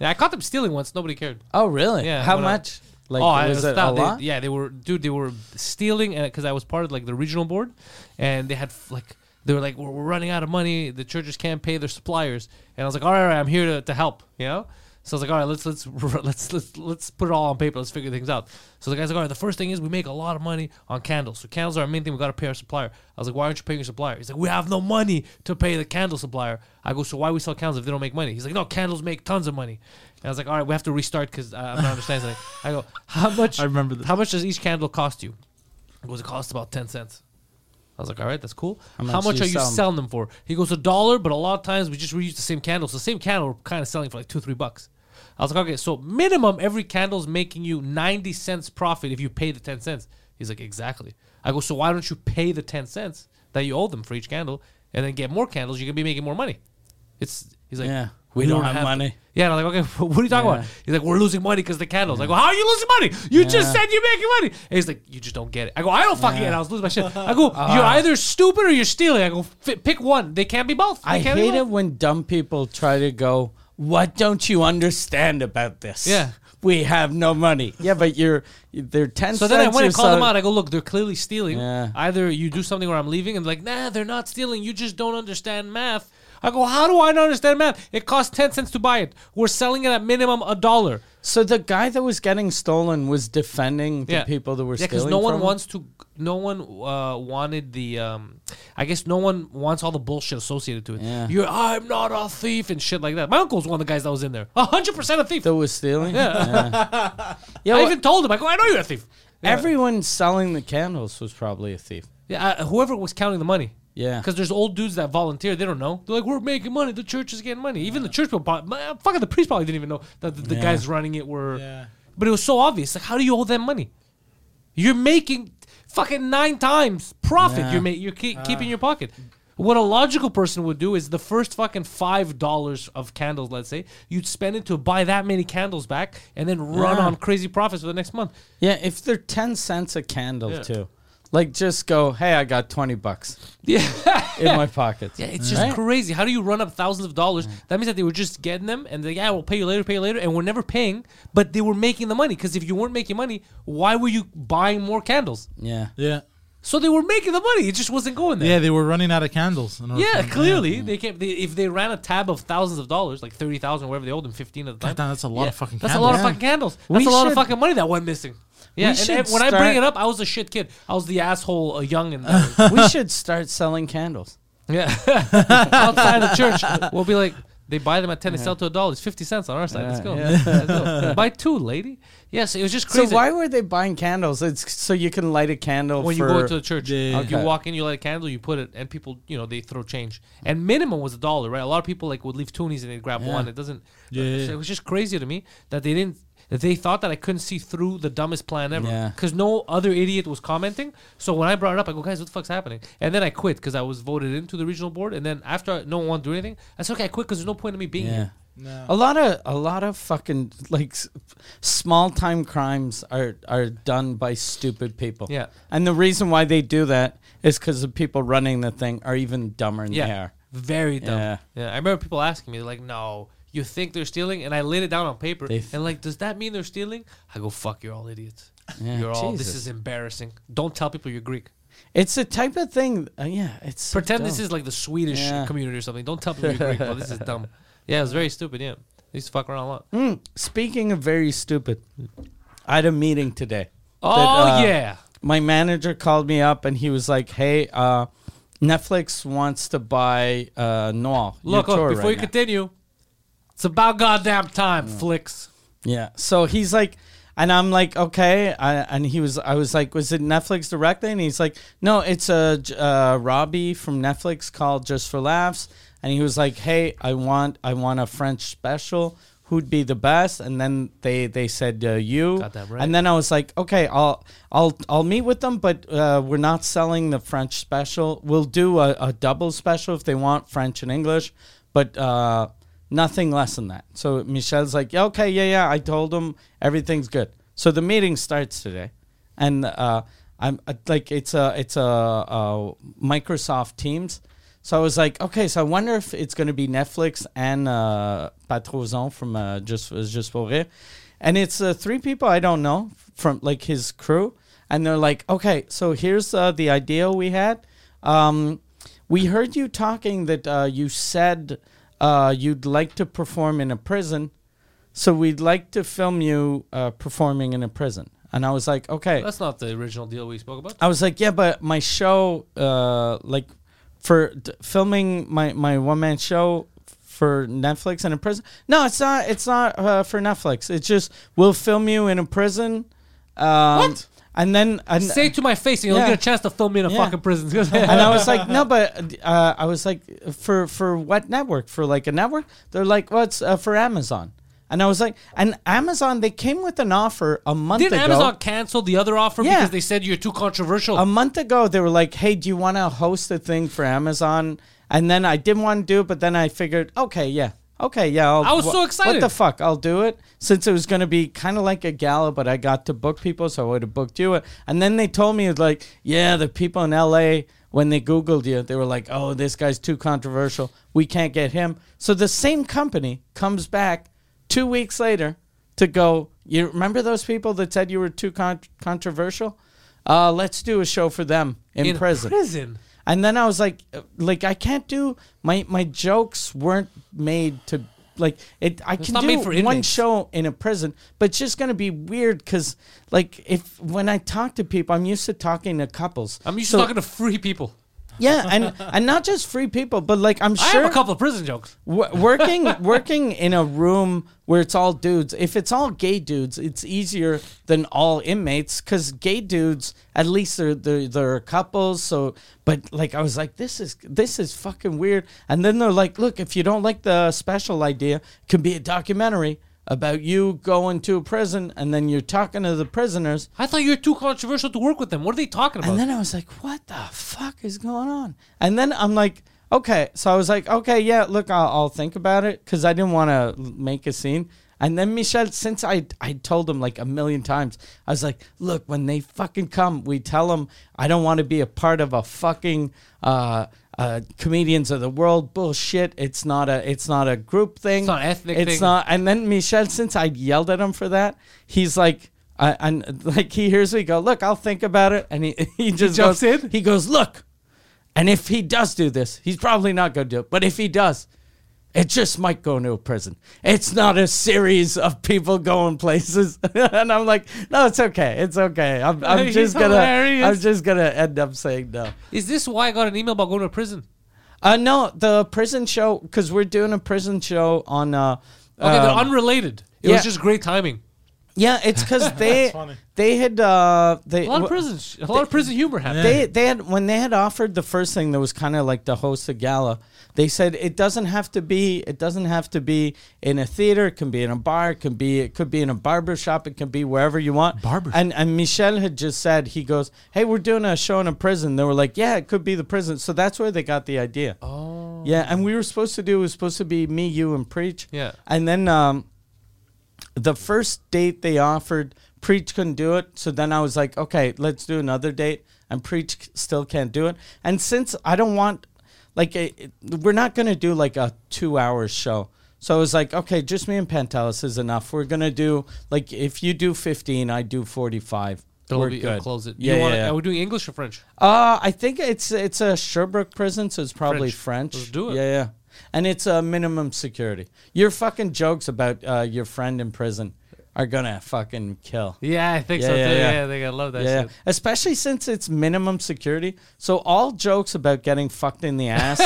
[SPEAKER 1] Yeah, I caught them stealing once. Nobody cared.
[SPEAKER 2] Oh, really?
[SPEAKER 1] Yeah,
[SPEAKER 2] How
[SPEAKER 1] when I-
[SPEAKER 2] much? Like,
[SPEAKER 1] Oh, I
[SPEAKER 2] was Oh, it a
[SPEAKER 1] stopped. They-
[SPEAKER 2] lot?
[SPEAKER 1] yeah, they were dude. They were stealing, and because I was part of like the regional board, and they had f- like they were like we're, we're running out of money. The churches can't pay their suppliers, and I was like, all right, all right I'm here to, to help. You know. So I was like, all right, let's (laughs) let's let's let's let's put it all on paper. Let's figure things out. So the guy's like, all right, the first thing is we make a lot of money on candles. So candles are our main thing. We got to pay our supplier. I was like, why aren't you paying your supplier? He's like, we have no money to pay the candle supplier. I go, so why we sell candles if they don't make money? He's like, no, candles make tons of money. And I was like, all right, we have to restart because I'm not understanding something. I go, how much?
[SPEAKER 3] (laughs) I remember this.
[SPEAKER 1] How much does each candle cost you? It goes, it costs about ten cents. I was like, all right, that's cool. How
[SPEAKER 2] much
[SPEAKER 1] much,
[SPEAKER 2] do you
[SPEAKER 1] are you
[SPEAKER 2] sell 'em?
[SPEAKER 1] selling them for? He goes, a dollar, but a lot of times we just reuse the same candles. The same candle we're kind of selling for like two, three bucks. I was like, okay, so minimum every candle's making you 90 cents profit if you pay the 10 cents. He's like, exactly. I go, so why don't you pay the 10 cents that you owe them for each candle and then get more candles? You're going to be making more money. It's, he's like,
[SPEAKER 2] Yeah, we don't have
[SPEAKER 1] the-"
[SPEAKER 2] money.
[SPEAKER 1] Yeah, and I'm like, okay, (laughs) what are you talking about? He's like, we're losing money because the candles. I go, how are you losing money? You just said you're making money. (laughs) And he's like, you just don't get it. I go, I don't fucking get it. I was losing my shit. I
[SPEAKER 2] (laughs)
[SPEAKER 1] go,
[SPEAKER 2] Uh-huh.
[SPEAKER 1] you're either stupid or you're stealing. I go, "Fi- pick one. They can't be both. They
[SPEAKER 2] I
[SPEAKER 1] can't be
[SPEAKER 2] hate it
[SPEAKER 1] both."
[SPEAKER 2] when dumb people try to go, "What don't you understand about this?"
[SPEAKER 1] Yeah.
[SPEAKER 2] we have no money. Yeah, but you're they're ten.
[SPEAKER 1] So then I
[SPEAKER 2] cents
[SPEAKER 1] went
[SPEAKER 2] or
[SPEAKER 1] and called them
[SPEAKER 2] so-
[SPEAKER 1] out. I go, look, they're clearly stealing.
[SPEAKER 2] Yeah.
[SPEAKER 1] Either you do something or I'm leaving. And they're like, nah, they're not stealing. You just don't understand math. I go, how do I not understand math? It costs 10 cents to buy it. We're selling it at minimum a dollar.
[SPEAKER 2] So the guy that was getting stolen was defending the people that were
[SPEAKER 1] yeah,
[SPEAKER 2] stealing.
[SPEAKER 1] no one
[SPEAKER 2] from him?
[SPEAKER 1] wants to. No one uh, wanted the. Um, I guess no one wants all the bullshit associated to it.
[SPEAKER 2] Yeah.
[SPEAKER 1] You're I'm not a thief and shit like that. My uncle's one of the guys that was in there. hundred percent a thief.
[SPEAKER 2] that was stealing. Yeah,
[SPEAKER 1] (laughs)
[SPEAKER 2] yeah.
[SPEAKER 1] I
[SPEAKER 2] well,
[SPEAKER 1] even told him. I go. I know you're a thief. Yeah,
[SPEAKER 2] everyone selling the candles was probably a thief.
[SPEAKER 1] yeah uh, whoever was counting the money.
[SPEAKER 2] Yeah.
[SPEAKER 1] Because there's old dudes that volunteer. They don't know. They're like, we're making money. The church is getting money. Even the church people, prob- my- fucking the priest probably didn't even know that the, the guys running it were.
[SPEAKER 3] Yeah.
[SPEAKER 1] But it was so obvious. Like, how do you owe them money? You're making fucking nine times profit.
[SPEAKER 2] Yeah. Uh.
[SPEAKER 1] You're ma- you're keep, keeping your pocket. What a logical person would do is the first fucking five dollars of candles, let's say, you'd spend it to buy that many candles back, and then run
[SPEAKER 2] Yeah.
[SPEAKER 1] on crazy profits for the next month. (laughs)
[SPEAKER 2] Yeah, if they're ten cents a candle too. Like, just go, hey, I got 20 bucks
[SPEAKER 1] Yeah.
[SPEAKER 2] in my pocket.
[SPEAKER 1] Yeah, it's just crazy. How do you run up thousands of
[SPEAKER 2] Mm.
[SPEAKER 1] dollars? That means that they were just getting them, and they're like, yeah, we'll pay you later, pay you later, and we're never paying. But they were making the money because if you weren't making money, why were you buying more candles?
[SPEAKER 2] Yeah.
[SPEAKER 3] Yeah.
[SPEAKER 1] So they were making the money. It just wasn't going
[SPEAKER 3] Yeah,
[SPEAKER 1] there.
[SPEAKER 3] they were running out of candles. in order
[SPEAKER 1] Yeah,
[SPEAKER 3] for-
[SPEAKER 1] clearly
[SPEAKER 2] Mm.
[SPEAKER 1] they can't. They, if they ran a tab of thousands of dollars, like thirty thousand, whatever they owed them, fifteen at the time.
[SPEAKER 3] God damn, that's a lot of fucking
[SPEAKER 1] That's
[SPEAKER 3] candles.
[SPEAKER 1] a lot of
[SPEAKER 2] Yeah.
[SPEAKER 1] fucking candles. That's
[SPEAKER 2] We
[SPEAKER 1] a lot of
[SPEAKER 2] should-
[SPEAKER 1] fucking money that went missing. Yeah, and,
[SPEAKER 2] should
[SPEAKER 1] and when I bring
[SPEAKER 2] start-
[SPEAKER 1] it up, I was a shit kid. I was the asshole, a young
[SPEAKER 2] (laughs)
[SPEAKER 1] and
[SPEAKER 2] we should start selling candles.
[SPEAKER 1] yeah, (laughs) outside the
[SPEAKER 2] (laughs)
[SPEAKER 1] church. We'll be like, they buy them at ten, they sell to a dollar. It's fifty cents on our side. Let's
[SPEAKER 2] Yeah,
[SPEAKER 1] go.
[SPEAKER 2] yeah.
[SPEAKER 1] Let's go. buy two, lady. Yes, it was just crazy.
[SPEAKER 2] So why were they buying candles? It's so you can light a candle
[SPEAKER 1] when you
[SPEAKER 2] for-
[SPEAKER 1] go to the church,
[SPEAKER 3] Yeah.
[SPEAKER 1] you
[SPEAKER 2] Okay.
[SPEAKER 1] walk in, you light a candle, you put it, and people, you know, they throw change. And minimum was a dollar, right? A lot of people like would leave toonies and they'd grab one. It doesn't.
[SPEAKER 3] Yeah, yeah,
[SPEAKER 1] so
[SPEAKER 3] yeah.
[SPEAKER 1] it was just crazy to me that they didn't. That they thought that I couldn't see through the dumbest plan ever
[SPEAKER 2] Yeah.
[SPEAKER 1] because no other idiot was commenting. So when I brought it up, I go, guys, what the fuck's happening? And then I quit because I was voted into the regional board. And then after no one wanted to do anything, I said, okay, I quit because there's no point in me being
[SPEAKER 2] yeah.
[SPEAKER 1] here.
[SPEAKER 2] A lot of a lot of fucking like s- small time crimes are are done by stupid people.
[SPEAKER 1] Yeah.
[SPEAKER 2] and the reason why they do that is because the people running the thing are even dumber than
[SPEAKER 1] Yeah.
[SPEAKER 2] they are.
[SPEAKER 1] Very dumb. Yeah.
[SPEAKER 2] Yeah.
[SPEAKER 1] I remember people asking me, like, no, you think they're stealing? And I laid it down on paper.
[SPEAKER 2] They f-
[SPEAKER 1] and, like, does that mean they're stealing? I go, fuck, you're all idiots. you're all, this
[SPEAKER 2] Jesus.
[SPEAKER 1] is embarrassing. Don't tell people you're Greek.
[SPEAKER 2] It's the type of thing. Uh, yeah, it's so
[SPEAKER 1] Pretend this
[SPEAKER 2] dumb.
[SPEAKER 1] is like the Swedish
[SPEAKER 2] Yeah.
[SPEAKER 1] community or something. Don't tell people you're Greek, bro. This
[SPEAKER 2] (laughs)
[SPEAKER 1] is dumb. Yeah, it was very stupid. Yeah. They used to fuck around a lot.
[SPEAKER 2] Mm, speaking of very stupid, I had a meeting today.
[SPEAKER 1] Oh,
[SPEAKER 2] That, uh,
[SPEAKER 1] yeah.
[SPEAKER 2] my manager called me up and he was like, "Hey, uh, Netflix wants to buy uh, Noir. your
[SPEAKER 1] Look, look,
[SPEAKER 2] tour
[SPEAKER 1] before
[SPEAKER 2] right
[SPEAKER 1] you
[SPEAKER 2] now."
[SPEAKER 1] continue, it's about goddamn time, flicks.
[SPEAKER 2] yeah." So he's like, and I'm like, "Okay," I, and he was, I was like, "Was it Netflix directly?" And he's like, "No, it's a j- uh, Robbie from Netflix called Just for Laughs." And he was like, "Hey, I want, I want a French special." Who'd be the best? And then they they said uh, you.
[SPEAKER 1] Got that right.
[SPEAKER 2] And then I was like, okay, I'll I'll I'll meet with them, but uh, we're not selling the French special. We'll do a, a double special if they want French and English, but uh, nothing less than that. So Michelle's like, yeah, okay, yeah, yeah. I told them everything's good. So the meeting starts today, and uh, I'm uh, like, it's a it's a, uh Microsoft Teams. So I was like, okay, so I wonder if it's going to be Netflix and uh, Patrozon from uh, Just Just for Rire. And it's uh, three people I don't know from like his crew, and they're like, "Okay, so here's uh, the idea we had. Um, we heard you talking that uh, you said uh, you'd like to perform in a prison, so we'd like to film you uh, performing in a prison." And I was like, "Okay."
[SPEAKER 1] That's not the original deal we spoke about.
[SPEAKER 2] I was like, yeah, but my show, uh, like, for d- filming my my one man show for Netflix in a prison. No, it's not. It's not uh, for Netflix. It's just we'll film you in a prison. Um,
[SPEAKER 1] What?
[SPEAKER 2] And then and, uh,
[SPEAKER 1] Say it to my face and you'll
[SPEAKER 2] Yeah.
[SPEAKER 1] get a chance to film me in a
[SPEAKER 2] Yeah.
[SPEAKER 1] fucking prison.
[SPEAKER 2] (laughs) and I was like, no, but uh, I was like, for for what network? For like a network? They're like, well, it's uh, for Amazon. And I was like, and Amazon, they came with an offer a month
[SPEAKER 1] Did
[SPEAKER 2] ago.
[SPEAKER 1] Amazon cancel the other offer
[SPEAKER 2] Yeah.
[SPEAKER 1] because they said you're too controversial?
[SPEAKER 2] a month ago they were like hey do you want to host a thing for amazon and then i didn't want to do it but then i figured okay yeah okay yeah I'll,
[SPEAKER 1] I was
[SPEAKER 2] wha-
[SPEAKER 1] so excited.
[SPEAKER 2] what the fuck i'll do it since it was going to be kind of like a gala but i got to book people so i would have booked you and then they told me like yeah the people in la when they googled you they were like oh this guy's too controversial we can't get him so the same company comes back two weeks later to go you remember those people that said you were too con- controversial uh, let's do a show for them in,
[SPEAKER 1] In
[SPEAKER 2] prison.
[SPEAKER 1] prison.
[SPEAKER 2] And then I was like, uh, like I can't do my my jokes weren't made to like it. I can
[SPEAKER 1] not
[SPEAKER 2] do
[SPEAKER 1] made for
[SPEAKER 2] one
[SPEAKER 1] inmates.
[SPEAKER 2] show in a prison, but it's just gonna be weird because like if when I talk to people, I'm used to talking to couples.
[SPEAKER 1] I'm used
[SPEAKER 2] So-
[SPEAKER 1] to talking to free people. (laughs)
[SPEAKER 2] yeah, and and not just free people, but like I'm
[SPEAKER 1] I
[SPEAKER 2] sure
[SPEAKER 1] have a couple of prison jokes.
[SPEAKER 2] Wo- working working in a room where it's all dudes if it's all gay dudes it's easier than all inmates because gay dudes at least they're, they're they're couples so but like i was like this is this is fucking weird and then they're like look if you don't like the special idea it can be a documentary about you going to a prison and then you're talking to the prisoners
[SPEAKER 1] I thought you were too controversial to work with them. What are they talking about?
[SPEAKER 2] and then I was like, what the fuck is going on? And then I'm like, okay. So I was like, okay, yeah, look, I'll, I'll think about it because I didn't want to make a scene. And then Michel, since I I told him like a million times, I was like, look, when they fucking come, we tell them I don't want to be a part of a fucking uh, uh, comedians of the world bullshit. It's not a it's not a group thing.
[SPEAKER 1] It's not an ethnic
[SPEAKER 2] It's
[SPEAKER 1] thing.
[SPEAKER 2] not. Uh, And then Michel, since I yelled at him for that, he's like. I and like he hears me go, look, I'll think about it, and he (laughs) he just
[SPEAKER 1] jumps
[SPEAKER 2] goes,
[SPEAKER 1] in?
[SPEAKER 2] He goes, look, and if he does do this, he's probably not going to do it. But if he does, it just might go into a prison. It's not a series of people going places. (laughs) and I'm like, no, it's okay. It's okay. I'm, I'm
[SPEAKER 1] He's
[SPEAKER 2] just gonna. I'm
[SPEAKER 1] hilarious.
[SPEAKER 2] just gonna end up saying no.
[SPEAKER 1] Is this why I got an email about going to prison?
[SPEAKER 2] Uh, no, the prison show because we're doing a prison show on. Uh,
[SPEAKER 1] Okay, they're
[SPEAKER 2] um,
[SPEAKER 1] unrelated. It
[SPEAKER 2] yeah.
[SPEAKER 1] was just great timing.
[SPEAKER 2] yeah, it's because they they had uh, they
[SPEAKER 1] A lot of prison, sh- a lot of prison humor happened.
[SPEAKER 2] They they had when they had offered the first thing that was kind of like the host of gala. They said it doesn't have to be it doesn't have to be in a theater. It can be in a bar. It can be it could be in a barber shop. It can be wherever you want.
[SPEAKER 3] Barber
[SPEAKER 2] And and Michel had just said he goes, hey, we're doing a show in a prison. They were like, yeah, it could be the prison. So that's where they got the idea. Oh. Yeah, and we were supposed to do it was supposed to be me, you, and preach.
[SPEAKER 1] Yeah.
[SPEAKER 2] and then um the first date they offered, Preach couldn't do it. So then I was like, okay, let's do another date. And Preach c- still can't do it. And since I don't want, like, a, it- we're not going to do like a two hour show. So I was like, okay, just me and Pantelis is enough. We're going to do, like, if you do 15, I do 45.
[SPEAKER 1] They'll
[SPEAKER 2] We're
[SPEAKER 1] be- uh,
[SPEAKER 2] good.
[SPEAKER 1] close it. You
[SPEAKER 2] Yeah,
[SPEAKER 1] wanna-
[SPEAKER 2] yeah, yeah.
[SPEAKER 1] Are we doing English or French?
[SPEAKER 2] Uh, I think it's it's a Sherbrooke prison, so it's probably
[SPEAKER 1] French.
[SPEAKER 2] French.
[SPEAKER 1] Let's do it.
[SPEAKER 2] Yeah, yeah. And it's a uh, minimum security. Your fucking jokes about uh, your friend in prison are gonna fucking kill.
[SPEAKER 1] Yeah, I think
[SPEAKER 2] Yeah,
[SPEAKER 1] so.
[SPEAKER 2] yeah,
[SPEAKER 1] too.
[SPEAKER 2] yeah.
[SPEAKER 1] yeah, I think I love that.
[SPEAKER 2] yeah,
[SPEAKER 1] shit.
[SPEAKER 2] especially since it's minimum security. So all jokes about getting fucked in
[SPEAKER 1] (laughs)
[SPEAKER 2] the ass,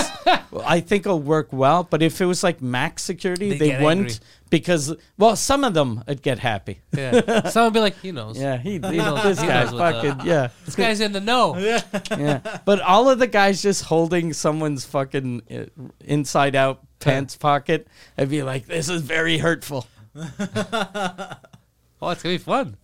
[SPEAKER 2] I think will work well. But if it was like max security,
[SPEAKER 1] They
[SPEAKER 2] they,
[SPEAKER 1] get
[SPEAKER 2] wouldn't
[SPEAKER 1] angry.
[SPEAKER 2] because well, some of them would
[SPEAKER 1] (laughs)
[SPEAKER 2] get happy. (laughs)
[SPEAKER 1] Yeah. Someone be like, he knows.
[SPEAKER 2] Yeah, he, he
[SPEAKER 1] knows- (laughs)
[SPEAKER 2] this
[SPEAKER 1] he
[SPEAKER 2] guy's
[SPEAKER 1] knows what's up. (laughs)
[SPEAKER 2] fucking yeah.
[SPEAKER 1] This guy's in the know.
[SPEAKER 2] yeah. But all of the guys just holding someone's fucking uh, inside out pants pocket, I'd be like, this is very hurtful.
[SPEAKER 1] Oh, it's gonna be fun.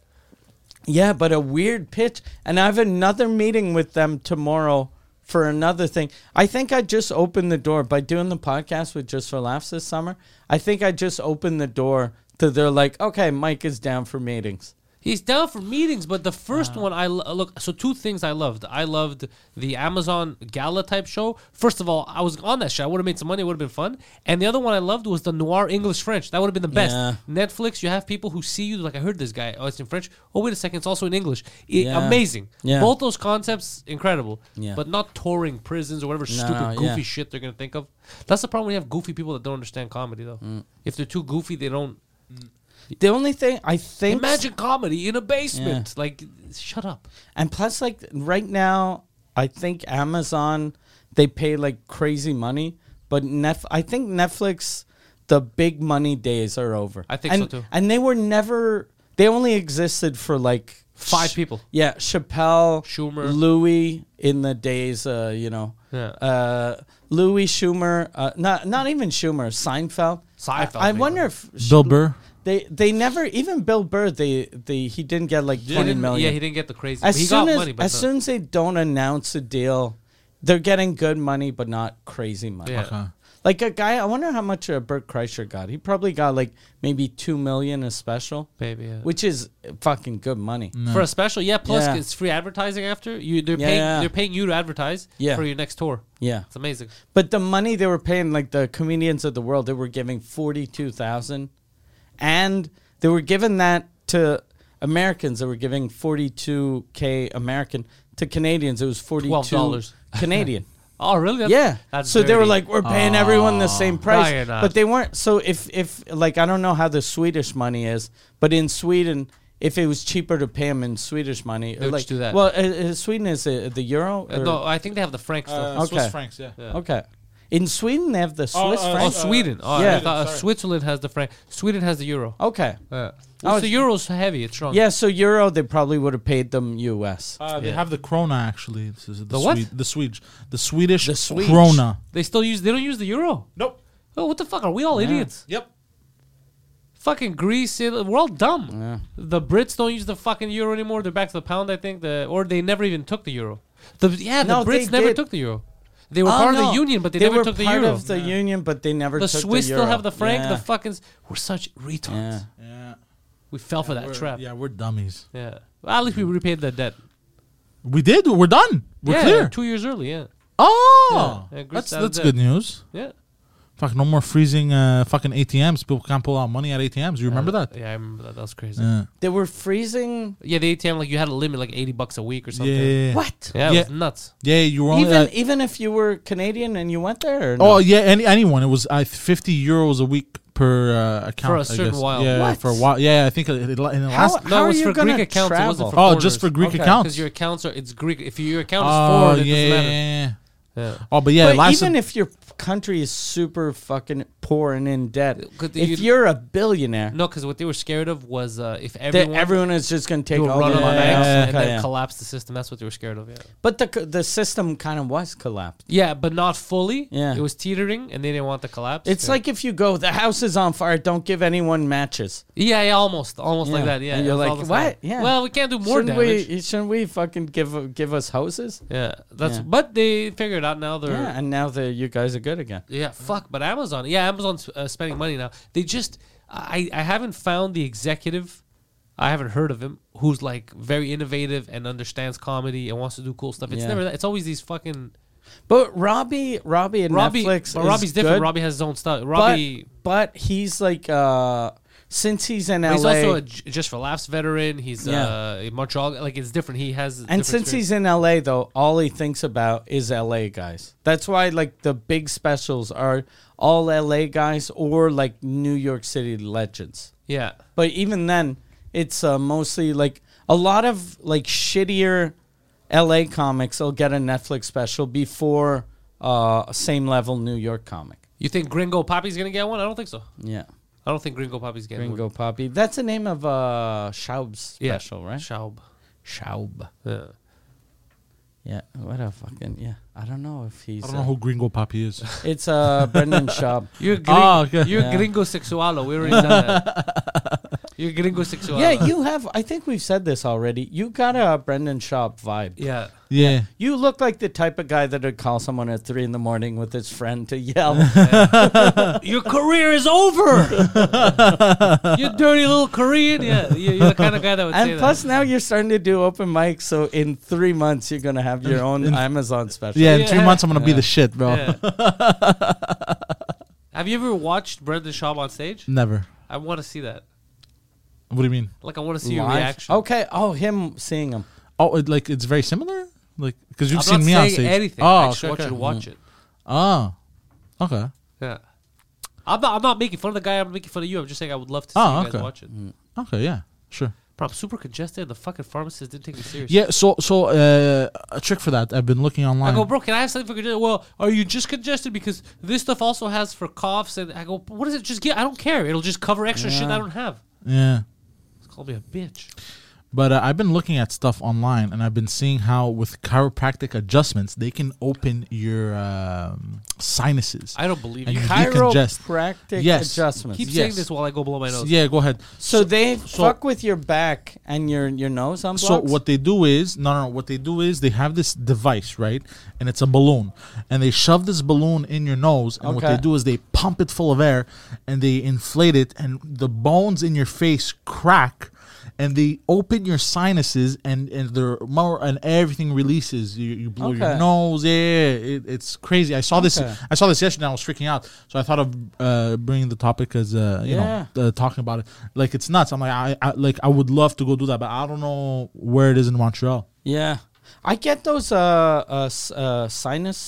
[SPEAKER 2] Yeah, but a weird pitch. And I have another meeting with them tomorrow for another thing. I think I just opened the door by doing the podcast with Just for Laughs this summer. I think I just opened the door to they're like, okay, Mike is down for meetings.
[SPEAKER 1] He's down for meetings, but the
[SPEAKER 2] Ah.
[SPEAKER 1] first one I lo- look. So two things I loved. I loved the Amazon Gala type show. First of all, I was on that show. I would have made some money. It would have been fun. And the other one I loved was the Noir English French. That would have been the best.
[SPEAKER 2] Yeah.
[SPEAKER 1] Netflix. You have people who see you like I heard this guy. Oh, it's in French. Oh, wait a second. It's also in English. I-
[SPEAKER 2] Yeah.
[SPEAKER 1] Amazing.
[SPEAKER 2] Yeah.
[SPEAKER 1] Both those concepts incredible.
[SPEAKER 2] Yeah.
[SPEAKER 1] But not touring prisons or whatever stupid
[SPEAKER 2] no,
[SPEAKER 1] goofy
[SPEAKER 2] yeah.
[SPEAKER 1] shit they're gonna think of. That's the problem when you have goofy people that don't understand comedy though.
[SPEAKER 2] Mm.
[SPEAKER 1] If they're too goofy, they don't
[SPEAKER 2] The only thing I think
[SPEAKER 1] Imagine comedy in a basement. Like, shut up.
[SPEAKER 2] And plus, like right now, I think Amazon they pay like crazy money, but Netf- I think Netflix the big money days are over.
[SPEAKER 1] I think
[SPEAKER 2] and,
[SPEAKER 1] so, too.
[SPEAKER 2] And they were never. They only existed for like
[SPEAKER 1] Five people.
[SPEAKER 2] Yeah, Chappelle,
[SPEAKER 1] Schumer.
[SPEAKER 2] Louis in the days. Uh, you know.
[SPEAKER 1] Yeah.
[SPEAKER 2] Uh, Louis Schumer. Uh, not not even Schumer. Seinfeld. I-
[SPEAKER 1] Seinfeld,
[SPEAKER 2] I,
[SPEAKER 1] maybe.
[SPEAKER 2] wonder if
[SPEAKER 3] Bill Burr.
[SPEAKER 2] they they never even Bill Burr. They they he didn't get like
[SPEAKER 1] He
[SPEAKER 2] twenty
[SPEAKER 1] didn't-
[SPEAKER 2] million.
[SPEAKER 1] Yeah, he didn't get the crazy.
[SPEAKER 2] As
[SPEAKER 1] he
[SPEAKER 2] soon
[SPEAKER 1] got
[SPEAKER 2] as
[SPEAKER 1] money, but
[SPEAKER 2] as
[SPEAKER 1] the-
[SPEAKER 2] soon as they don't announce a deal, they're getting good money, but not crazy money.
[SPEAKER 1] Yeah.
[SPEAKER 3] Okay.
[SPEAKER 2] Like a guy, I wonder how much uh, Bert Kreischer got. He probably got like maybe two million a special,
[SPEAKER 1] Maybe, yeah.
[SPEAKER 2] which is fucking good money.
[SPEAKER 1] for a special, yeah. Plus,
[SPEAKER 2] Yeah.
[SPEAKER 1] it's free advertising after you. They're
[SPEAKER 2] Yeah,
[SPEAKER 1] paying.
[SPEAKER 2] yeah.
[SPEAKER 1] They're paying you to advertise
[SPEAKER 2] Yeah.
[SPEAKER 1] for your next tour.
[SPEAKER 2] Yeah,
[SPEAKER 1] It's amazing.
[SPEAKER 2] but the money they were paying, like the comedians of the world, they were giving forty two thousand, and they were giving that to Americans. They were giving forty two k American to Canadians. It was forty two
[SPEAKER 1] $12. (laughs)
[SPEAKER 2] Canadian.
[SPEAKER 1] Oh, really? That's,
[SPEAKER 2] Yeah.
[SPEAKER 1] That's
[SPEAKER 2] so they were
[SPEAKER 1] dirty. Oh,
[SPEAKER 2] like, we're paying everyone the same price,
[SPEAKER 1] you're not.
[SPEAKER 2] but they weren't. So if if like I don't know how the Swedish money is, but in Sweden, if it was cheaper to pay them in Swedish money,
[SPEAKER 1] They would
[SPEAKER 2] like
[SPEAKER 1] just do that.
[SPEAKER 2] Well, uh, uh, Sweden is uh, the euro.
[SPEAKER 1] Uh,
[SPEAKER 2] or-
[SPEAKER 1] no, I think they have the francs. though.
[SPEAKER 3] Uh, Swiss
[SPEAKER 2] Okay.
[SPEAKER 3] francs, yeah.
[SPEAKER 2] Okay. In Sweden, they have the Swiss
[SPEAKER 3] uh,
[SPEAKER 1] oh,
[SPEAKER 2] franc.
[SPEAKER 1] Sweden. Oh,
[SPEAKER 2] yeah.
[SPEAKER 1] I thought, uh, Switzerland has the franc. Sweden has the euro.
[SPEAKER 2] okay.
[SPEAKER 1] Yeah.
[SPEAKER 2] Oh,
[SPEAKER 1] Well, the euro's heavy. It's strong.
[SPEAKER 2] Yeah. So euro, they probably would have paid them U.S.
[SPEAKER 3] Uh, they have the krona actually. This is the,
[SPEAKER 1] The what?
[SPEAKER 3] Swede- the Swedish, the Swedish
[SPEAKER 2] The Swedish.
[SPEAKER 3] krona.
[SPEAKER 1] They still use. They don't use the euro.
[SPEAKER 3] Nope.
[SPEAKER 1] Oh, what the fuck? Are we all idiots?
[SPEAKER 3] Yep.
[SPEAKER 1] Fucking Greece, Italy, we're all dumb. The Brits don't use the fucking euro anymore. They're back to the pound, I think. The or they never even took the euro. The yeah, the
[SPEAKER 2] No, they
[SPEAKER 1] Brits never
[SPEAKER 2] did.
[SPEAKER 1] took the euro. They were
[SPEAKER 2] Oh,
[SPEAKER 1] part of
[SPEAKER 2] no.
[SPEAKER 1] the union, but they,
[SPEAKER 2] they
[SPEAKER 1] never
[SPEAKER 2] were
[SPEAKER 1] took the
[SPEAKER 2] part
[SPEAKER 1] euro.
[SPEAKER 2] of the union, but they never.
[SPEAKER 1] the
[SPEAKER 2] took
[SPEAKER 1] Swiss
[SPEAKER 2] the
[SPEAKER 1] still
[SPEAKER 2] euro.
[SPEAKER 1] have the franc.
[SPEAKER 2] Yeah.
[SPEAKER 1] The fuckins we're such retards.
[SPEAKER 2] Yeah.
[SPEAKER 3] Yeah.
[SPEAKER 1] We fell for that
[SPEAKER 3] We're-
[SPEAKER 1] trap. Yeah.
[SPEAKER 3] Yeah, we're dummies.
[SPEAKER 1] Well, at least we
[SPEAKER 2] Mm-hmm.
[SPEAKER 1] repaid the debt.
[SPEAKER 3] We did. We're done. We're
[SPEAKER 1] yeah,
[SPEAKER 3] clear.
[SPEAKER 1] two years early. Yeah.
[SPEAKER 3] Oh,
[SPEAKER 1] Yeah, yeah, Greece
[SPEAKER 3] that's
[SPEAKER 1] out of
[SPEAKER 3] that's
[SPEAKER 1] debt.
[SPEAKER 3] good news.
[SPEAKER 1] Yeah.
[SPEAKER 3] Fuck, no more freezing uh, fucking ATMs. People can't pull out money at ATMs. You remember that?
[SPEAKER 1] Yeah, I remember that. That was crazy. Yeah.
[SPEAKER 3] Yeah.
[SPEAKER 2] They were freezing.
[SPEAKER 1] the ATM like you had a limit like eighty bucks a week or
[SPEAKER 3] Yeah.
[SPEAKER 1] something.
[SPEAKER 3] yeah,
[SPEAKER 1] Yeah,
[SPEAKER 3] yeah.
[SPEAKER 2] What?
[SPEAKER 1] it
[SPEAKER 3] Yeah.
[SPEAKER 1] was nuts.
[SPEAKER 3] Yeah, you were only.
[SPEAKER 2] Even
[SPEAKER 3] at-
[SPEAKER 2] even if you were Canadian and you went there. Or
[SPEAKER 3] oh
[SPEAKER 2] no?
[SPEAKER 3] yeah, any anyone. It was I fifty euros a week per uh, account
[SPEAKER 1] For a
[SPEAKER 3] I
[SPEAKER 1] certain
[SPEAKER 3] guess.
[SPEAKER 1] while.
[SPEAKER 3] Yeah,
[SPEAKER 2] What?
[SPEAKER 3] for a while. Yeah, I think it, it, la- in the
[SPEAKER 2] How,
[SPEAKER 3] last.
[SPEAKER 2] how
[SPEAKER 1] it
[SPEAKER 2] are
[SPEAKER 1] was
[SPEAKER 2] you
[SPEAKER 1] for
[SPEAKER 2] gonna
[SPEAKER 1] Greek accounts, it
[SPEAKER 2] travel?
[SPEAKER 1] wasn't for
[SPEAKER 3] Oh,
[SPEAKER 1] foreigners.
[SPEAKER 3] just for Greek
[SPEAKER 2] Okay,
[SPEAKER 3] accounts.
[SPEAKER 1] Because your accounts are it's Greek. If your account is
[SPEAKER 3] Oh
[SPEAKER 1] foreign, it
[SPEAKER 3] yeah,
[SPEAKER 1] doesn't
[SPEAKER 3] yeah,
[SPEAKER 1] matter.
[SPEAKER 3] yeah,
[SPEAKER 1] Yeah.
[SPEAKER 3] yeah. Oh, but yeah,
[SPEAKER 2] but
[SPEAKER 3] it lasted.
[SPEAKER 2] even if your country is super fucking poor and in debt,
[SPEAKER 1] Could
[SPEAKER 2] if
[SPEAKER 1] you-
[SPEAKER 2] you're a billionaire,
[SPEAKER 1] No, because what they were scared of was uh, if
[SPEAKER 2] that
[SPEAKER 1] everyone
[SPEAKER 2] everyone is just going to take
[SPEAKER 1] would
[SPEAKER 2] all
[SPEAKER 1] run
[SPEAKER 2] the
[SPEAKER 1] on the
[SPEAKER 2] money.
[SPEAKER 1] banks
[SPEAKER 2] out.
[SPEAKER 1] and
[SPEAKER 2] Okay,
[SPEAKER 1] then
[SPEAKER 2] yeah.
[SPEAKER 1] collapse the system. That's what they were scared of. Yeah.
[SPEAKER 2] But the c- the system kind of was collapsed.
[SPEAKER 1] Yeah, but not fully.
[SPEAKER 2] Yeah.
[SPEAKER 1] It was teetering, and they didn't want the collapse.
[SPEAKER 2] It's
[SPEAKER 1] yeah.
[SPEAKER 2] like if you go, the house is on fire. Don't give anyone matches.
[SPEAKER 1] yeah, yeah, almost, almost like
[SPEAKER 2] Yeah.
[SPEAKER 1] that. Yeah.
[SPEAKER 2] And
[SPEAKER 1] it
[SPEAKER 2] you're
[SPEAKER 1] was
[SPEAKER 2] like,
[SPEAKER 1] almost
[SPEAKER 2] "What?
[SPEAKER 1] that.
[SPEAKER 2] Yeah.
[SPEAKER 1] Well, we can't do more
[SPEAKER 2] shouldn't
[SPEAKER 1] damage.
[SPEAKER 2] we? Shouldn't we fucking give give us houses?
[SPEAKER 1] Yeah, that's.
[SPEAKER 2] Yeah.
[SPEAKER 1] But they figured out now. They're
[SPEAKER 2] Yeah,
[SPEAKER 1] yeah.
[SPEAKER 2] and now the you guys are good again.
[SPEAKER 1] fuck. But Amazon, yeah, Amazon's uh, spending money now. They just, I, I haven't found the executive. I haven't heard of him who's like very innovative and understands comedy and wants to do cool stuff. It's
[SPEAKER 2] Yeah.
[SPEAKER 1] never that. It's always these fucking
[SPEAKER 2] But Robbie, Robbie, and
[SPEAKER 1] Robbie.
[SPEAKER 2] Netflix.
[SPEAKER 1] but
[SPEAKER 2] is
[SPEAKER 1] Robbie's different.
[SPEAKER 2] good,
[SPEAKER 1] Robbie has his own stuff.
[SPEAKER 2] but-
[SPEAKER 1] Robbie.
[SPEAKER 2] but, he's like uh since he's in LA,
[SPEAKER 1] but He's also a J- just for laughs veteran. He's
[SPEAKER 2] Yeah.
[SPEAKER 1] uh, in Montreal. Like it's different. He has
[SPEAKER 2] and since he's in LA though, all he thinks about is LA guys. That's why like the big specials are all LA guys or like New York City legends.
[SPEAKER 1] he's yeah
[SPEAKER 2] But even then, it's uh, mostly like a lot of like shittier LA comics will get a Netflix special before uh, same level New York comic.
[SPEAKER 1] You think Gringo Poppy's gonna get one? I don't think so.
[SPEAKER 2] Yeah.
[SPEAKER 1] I don't think Gringo Poppy's getting one.
[SPEAKER 2] Gringo Poppy. That's the name of uh Schaub's
[SPEAKER 1] Yeah.
[SPEAKER 2] special, right?
[SPEAKER 1] Schaub.
[SPEAKER 2] Schaub.
[SPEAKER 1] Yeah.
[SPEAKER 2] Yeah. What a fucking yeah. I don't know if he's
[SPEAKER 3] I don't know who Gringo Papi
[SPEAKER 1] (laughs)
[SPEAKER 3] is.
[SPEAKER 2] uh, it's uh (laughs) Brendan Schaub.
[SPEAKER 1] You're gringo,
[SPEAKER 3] Oh, okay.
[SPEAKER 1] you're
[SPEAKER 2] Yeah.
[SPEAKER 1] gringo sexualo. We already done that.
[SPEAKER 3] (laughs)
[SPEAKER 1] You're gringo sexualo.
[SPEAKER 2] Yeah, you have I think we've said this already. You got a Brendan Schaub vibe.
[SPEAKER 1] Yeah.
[SPEAKER 3] yeah.
[SPEAKER 2] You look like the type of guy that would call someone at three in the morning with his friend to yell.
[SPEAKER 1] Your career is over. (laughs) you dirty little Korean. Yeah. you- You're the kind of guy that would say
[SPEAKER 2] and plus,
[SPEAKER 1] that.
[SPEAKER 2] now you're starting to do open mics. So in three months, you're gonna have your own Amazon special.
[SPEAKER 3] Yeah, in
[SPEAKER 1] Yeah.
[SPEAKER 3] three months I'm gonna be the shit, bro.
[SPEAKER 1] Yeah. Have you ever watched Brendan Schaub on stage?
[SPEAKER 3] (laughs) Never.
[SPEAKER 1] I want to see that.
[SPEAKER 3] What do you mean?
[SPEAKER 1] Like I want to see your
[SPEAKER 2] Live.
[SPEAKER 1] reaction.
[SPEAKER 2] Okay. Oh, him seeing him.
[SPEAKER 3] Oh, it, like it's very similar. Like because you've
[SPEAKER 1] I'm
[SPEAKER 3] seen
[SPEAKER 1] not
[SPEAKER 3] me
[SPEAKER 1] saying
[SPEAKER 3] on stage.
[SPEAKER 1] anything.
[SPEAKER 3] Oh,
[SPEAKER 1] I just
[SPEAKER 3] okay,
[SPEAKER 1] want you to
[SPEAKER 3] okay. Hmm.
[SPEAKER 1] watch it.
[SPEAKER 3] Oh, okay.
[SPEAKER 1] Yeah. I'm not. I'm not making fun of the guy. I'm making fun of you. I'm just saying I would love to see
[SPEAKER 3] Oh,
[SPEAKER 1] you guys
[SPEAKER 3] okay.
[SPEAKER 1] watch it.
[SPEAKER 3] Okay, yeah, sure.
[SPEAKER 1] Bro, I'm super congested. and The fucking pharmacist didn't take me serious.
[SPEAKER 3] Yeah, so so uh, a trick for that. I've been looking online.
[SPEAKER 1] I go, bro, can I have something for congested? Well, are you just congested? Because this stuff also has for coughs. And I go, what is it? Just get. I don't care. It'll just cover extra shit I don't have.
[SPEAKER 3] yeah,
[SPEAKER 1] Just call me a bitch.
[SPEAKER 3] but uh, I've been looking at stuff online, and I've been seeing how with chiropractic adjustments they can open your um, sinuses.
[SPEAKER 1] I don't believe
[SPEAKER 3] And
[SPEAKER 1] you.
[SPEAKER 3] you
[SPEAKER 1] Hi-
[SPEAKER 3] decongest.
[SPEAKER 2] Chiropractic
[SPEAKER 3] Yes.
[SPEAKER 2] adjustments.
[SPEAKER 1] Keep
[SPEAKER 3] Yes.
[SPEAKER 1] saying this while I go blow my nose.
[SPEAKER 3] yeah, go ahead.
[SPEAKER 2] so they fuck with your back and your your nose on blocks.
[SPEAKER 3] So what they do is no, no, no. What they do is they have this device, right? And it's a balloon, and they shove this balloon in your nose, and what
[SPEAKER 2] Okay.
[SPEAKER 3] they do is they pump it full of air, and they inflate it, and the bones in your face crack, and they open your sinuses, and and they're more, and everything releases. You, you blow your
[SPEAKER 2] Okay.
[SPEAKER 3] nose. Yeah, it, it's crazy. I saw this.
[SPEAKER 2] Okay.
[SPEAKER 3] I saw this yesterday. and I was freaking out, so I thought of uh, bringing the topic as uh, you
[SPEAKER 2] Yeah.
[SPEAKER 3] know uh, talking about it. Like it's nuts. I'm like I, I like I would love to go do that, but I don't know where it is in Montreal.
[SPEAKER 2] Yeah. I get those uh, uh, s- uh sinus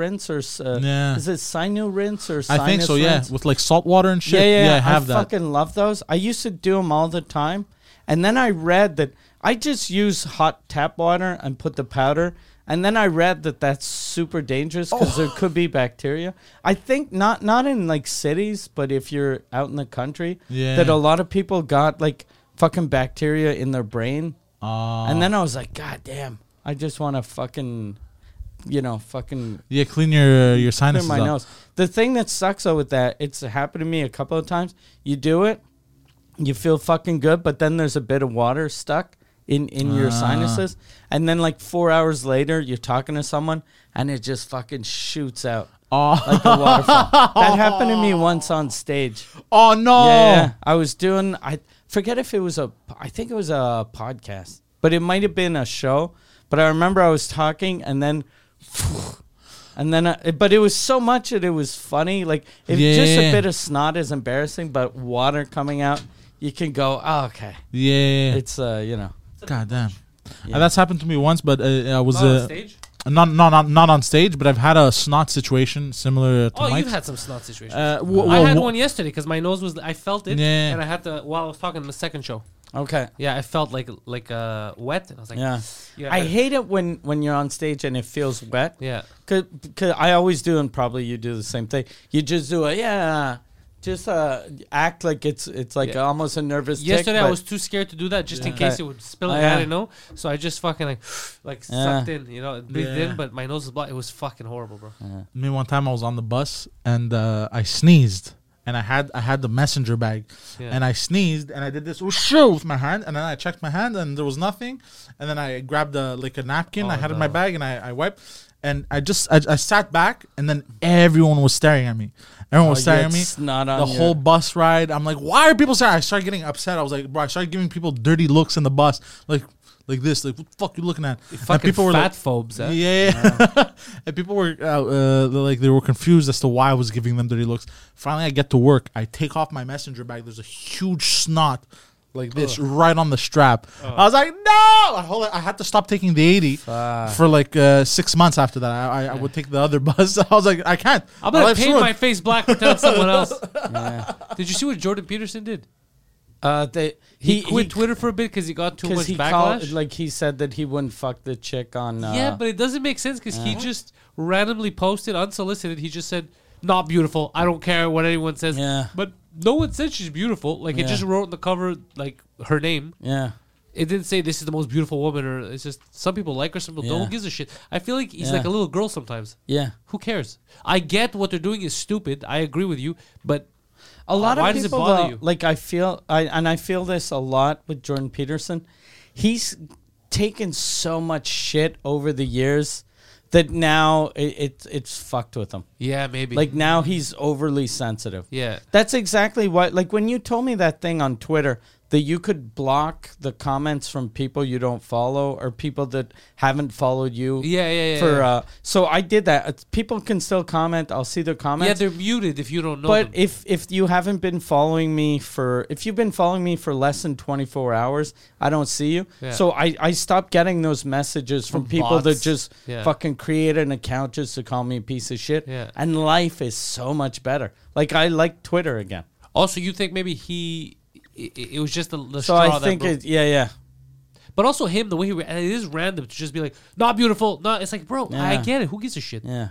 [SPEAKER 2] rinse or s- uh,
[SPEAKER 3] Yeah.
[SPEAKER 2] is it sinu rinse or sinus
[SPEAKER 3] I think so. Yeah,
[SPEAKER 2] rinse?
[SPEAKER 3] with like salt water and shit.
[SPEAKER 2] Yeah, yeah,
[SPEAKER 3] I have
[SPEAKER 2] I
[SPEAKER 3] that.
[SPEAKER 2] fucking love those. I used to do them all the time, and then I read that I just use hot tap water and put the powder. And then I read that that's super dangerous because
[SPEAKER 3] Oh.
[SPEAKER 2] there could be bacteria. I think not not in like cities, but if you're out in the country,
[SPEAKER 3] Yeah.
[SPEAKER 2] that a lot of people got like fucking bacteria in their brain.
[SPEAKER 3] Ah.
[SPEAKER 2] and then I was like, God damn, I just want to fucking, you know, fucking
[SPEAKER 3] yeah, clean your your
[SPEAKER 2] clear
[SPEAKER 3] sinuses.
[SPEAKER 2] my
[SPEAKER 3] up.
[SPEAKER 2] nose. The thing that sucks though with that, it's happened to me a couple of times. You do it, you feel fucking good, but then there's a bit of water stuck in in your
[SPEAKER 3] Ah.
[SPEAKER 2] sinuses, and then like four hours later, you're talking to someone, and it just fucking shoots out
[SPEAKER 3] Oh.
[SPEAKER 2] like a
[SPEAKER 3] (laughs)
[SPEAKER 2] waterfall. that happened to me once on stage.
[SPEAKER 3] Oh no!
[SPEAKER 2] Yeah, I was doing. I forget if it was a. I think it was a podcast, but it might have been a show. But I remember I was talking, and then, (sighs) and then, I, but it was so much that it was funny. Like if just
[SPEAKER 3] Yeah.
[SPEAKER 2] a bit of snot is embarrassing, but water coming out, you can go. Oh, okay,
[SPEAKER 3] Yeah.
[SPEAKER 2] it's uh, you know,
[SPEAKER 3] God damn.
[SPEAKER 2] Yeah.
[SPEAKER 3] Uh, that's happened to me once, but uh, I was
[SPEAKER 1] Not on
[SPEAKER 3] uh,
[SPEAKER 1] Oh, stage?
[SPEAKER 3] Not, not not not on stage, but I've had a snot situation similar to
[SPEAKER 1] Oh,
[SPEAKER 3] Mike's.
[SPEAKER 1] you've had some snot situations.
[SPEAKER 3] Uh, w-
[SPEAKER 1] I
[SPEAKER 3] well,
[SPEAKER 1] had
[SPEAKER 3] w-
[SPEAKER 1] one yesterday because my nose was. I felt it,
[SPEAKER 3] Yeah.
[SPEAKER 1] and I had to while I was talking in the second show.
[SPEAKER 2] okay.
[SPEAKER 1] Yeah, I felt like like uh wet, and I was like,
[SPEAKER 2] Yeah.
[SPEAKER 1] yeah,
[SPEAKER 2] I hate it when when you're on stage and it feels wet.
[SPEAKER 1] yeah.
[SPEAKER 2] Cause, 'cause I always do, and probably you do the same thing. You just do a yeah, just uh, act like it's it's like
[SPEAKER 1] Yeah.
[SPEAKER 2] almost a nervous. tick,
[SPEAKER 1] Yesterday I
[SPEAKER 2] but-
[SPEAKER 1] was too scared to do that just in
[SPEAKER 2] Yeah.
[SPEAKER 1] case
[SPEAKER 2] Okay.
[SPEAKER 1] it would spill.
[SPEAKER 2] Oh,
[SPEAKER 1] and
[SPEAKER 2] yeah.
[SPEAKER 1] I didn't know, so I just fucking like (sighs) like
[SPEAKER 2] Yeah.
[SPEAKER 1] sucked in, you know, and breathed
[SPEAKER 3] Yeah.
[SPEAKER 1] in, but my nose was blocked. It was fucking horrible, bro.
[SPEAKER 3] Me one time I was on the bus and uh, I sneezed and I had I had the messenger bag
[SPEAKER 1] Yeah.
[SPEAKER 3] and I sneezed and I did this "Whooshoo" with my hand and then I checked my hand and there was nothing and then I grabbed a, like a napkin I
[SPEAKER 1] Oh,
[SPEAKER 3] had in my
[SPEAKER 1] no.
[SPEAKER 3] bag and I, I wiped and I just I, I sat back and then everyone was staring at me everyone
[SPEAKER 2] Oh,
[SPEAKER 3] was
[SPEAKER 2] you
[SPEAKER 3] staring
[SPEAKER 2] had
[SPEAKER 3] at me
[SPEAKER 2] snot on
[SPEAKER 3] the
[SPEAKER 2] your-
[SPEAKER 3] whole bus ride I'm like why are people staring I started getting upset I was like bro I started giving people dirty looks in the bus like like this like what the fuck you looking at and
[SPEAKER 1] Fucking people fat phobes. eh?
[SPEAKER 3] yeah, yeah. (laughs) and people were uh, uh, like they were confused as to why I was giving them dirty looks. Finally, I get to work. I take off my messenger bag. There's a huge snot like this right on the strap. I was like, no! I, hold I had to stop taking the eighty for like uh, six months after that. I, I, I would take the other (laughs) bus. I was like, I can't.
[SPEAKER 1] I'm
[SPEAKER 3] My
[SPEAKER 1] gonna
[SPEAKER 3] life's
[SPEAKER 1] paint
[SPEAKER 3] ruined.
[SPEAKER 1] my face black, pretend it's someone
[SPEAKER 2] (laughs)
[SPEAKER 1] else. Did you see what Jordan Peterson did?
[SPEAKER 2] Uh, they,
[SPEAKER 1] He,
[SPEAKER 2] he,
[SPEAKER 1] quit
[SPEAKER 2] he-
[SPEAKER 1] Twitter for a bit because he got too
[SPEAKER 2] 'cause
[SPEAKER 1] much
[SPEAKER 2] he
[SPEAKER 1] backlash.
[SPEAKER 2] called like he said that he wouldn't fuck the chick on. Uh,
[SPEAKER 1] yeah, but it doesn't make sense because he just randomly posted unsolicited. He just said, "Not beautiful. I don't care what anyone says."
[SPEAKER 2] Yeah.
[SPEAKER 1] But no one said she's beautiful. Like it
[SPEAKER 2] Yeah.
[SPEAKER 1] just wrote on the cover like her name.
[SPEAKER 2] yeah,
[SPEAKER 1] It didn't say this is the most beautiful woman or it's just some people like her, some people
[SPEAKER 2] Yeah.
[SPEAKER 1] don't. Who gives a shit? I feel like he's
[SPEAKER 2] Yeah.
[SPEAKER 1] like a little girl sometimes.
[SPEAKER 2] yeah.
[SPEAKER 1] Who cares? I get what they're doing is stupid. I agree with you, but
[SPEAKER 2] A lot
[SPEAKER 1] Why
[SPEAKER 2] of people,
[SPEAKER 1] does it bother
[SPEAKER 2] though,
[SPEAKER 1] you?
[SPEAKER 2] like I feel, I and I feel this a lot with Jordan Peterson. He's taken so much shit over the years that now it, it it's fucked with him.
[SPEAKER 1] yeah, maybe
[SPEAKER 2] Like now he's overly sensitive.
[SPEAKER 1] yeah,
[SPEAKER 2] That's exactly what like when you told me that thing on Twitter that you could block the comments from people you don't follow or people that haven't followed you.
[SPEAKER 1] Yeah, yeah, yeah,
[SPEAKER 2] For
[SPEAKER 1] yeah.
[SPEAKER 2] uh so I did that. It's- People can still comment. I'll see their comments.
[SPEAKER 1] yeah. They're muted if you don't know. them.
[SPEAKER 2] But if if you haven't been following me for if you've been following me for less than 24 hours, I don't see you.
[SPEAKER 1] Yeah.
[SPEAKER 2] So I I stopped getting those messages from, people that
[SPEAKER 1] bots.
[SPEAKER 2] just
[SPEAKER 1] Yeah.
[SPEAKER 2] fucking create an account just to call me a piece of shit.
[SPEAKER 1] Yeah.
[SPEAKER 2] And life is so much better. Like I like Twitter again.
[SPEAKER 1] also, you think maybe he it, it was just the, the
[SPEAKER 2] So
[SPEAKER 1] straw
[SPEAKER 2] I
[SPEAKER 1] that
[SPEAKER 2] think
[SPEAKER 1] broke
[SPEAKER 2] it, yeah, yeah.
[SPEAKER 1] But also him, the way he re- and it is random to just be like, not beautiful. No, it's like, bro, I
[SPEAKER 2] Yeah.
[SPEAKER 1] get it. Who gives a shit?
[SPEAKER 2] Yeah.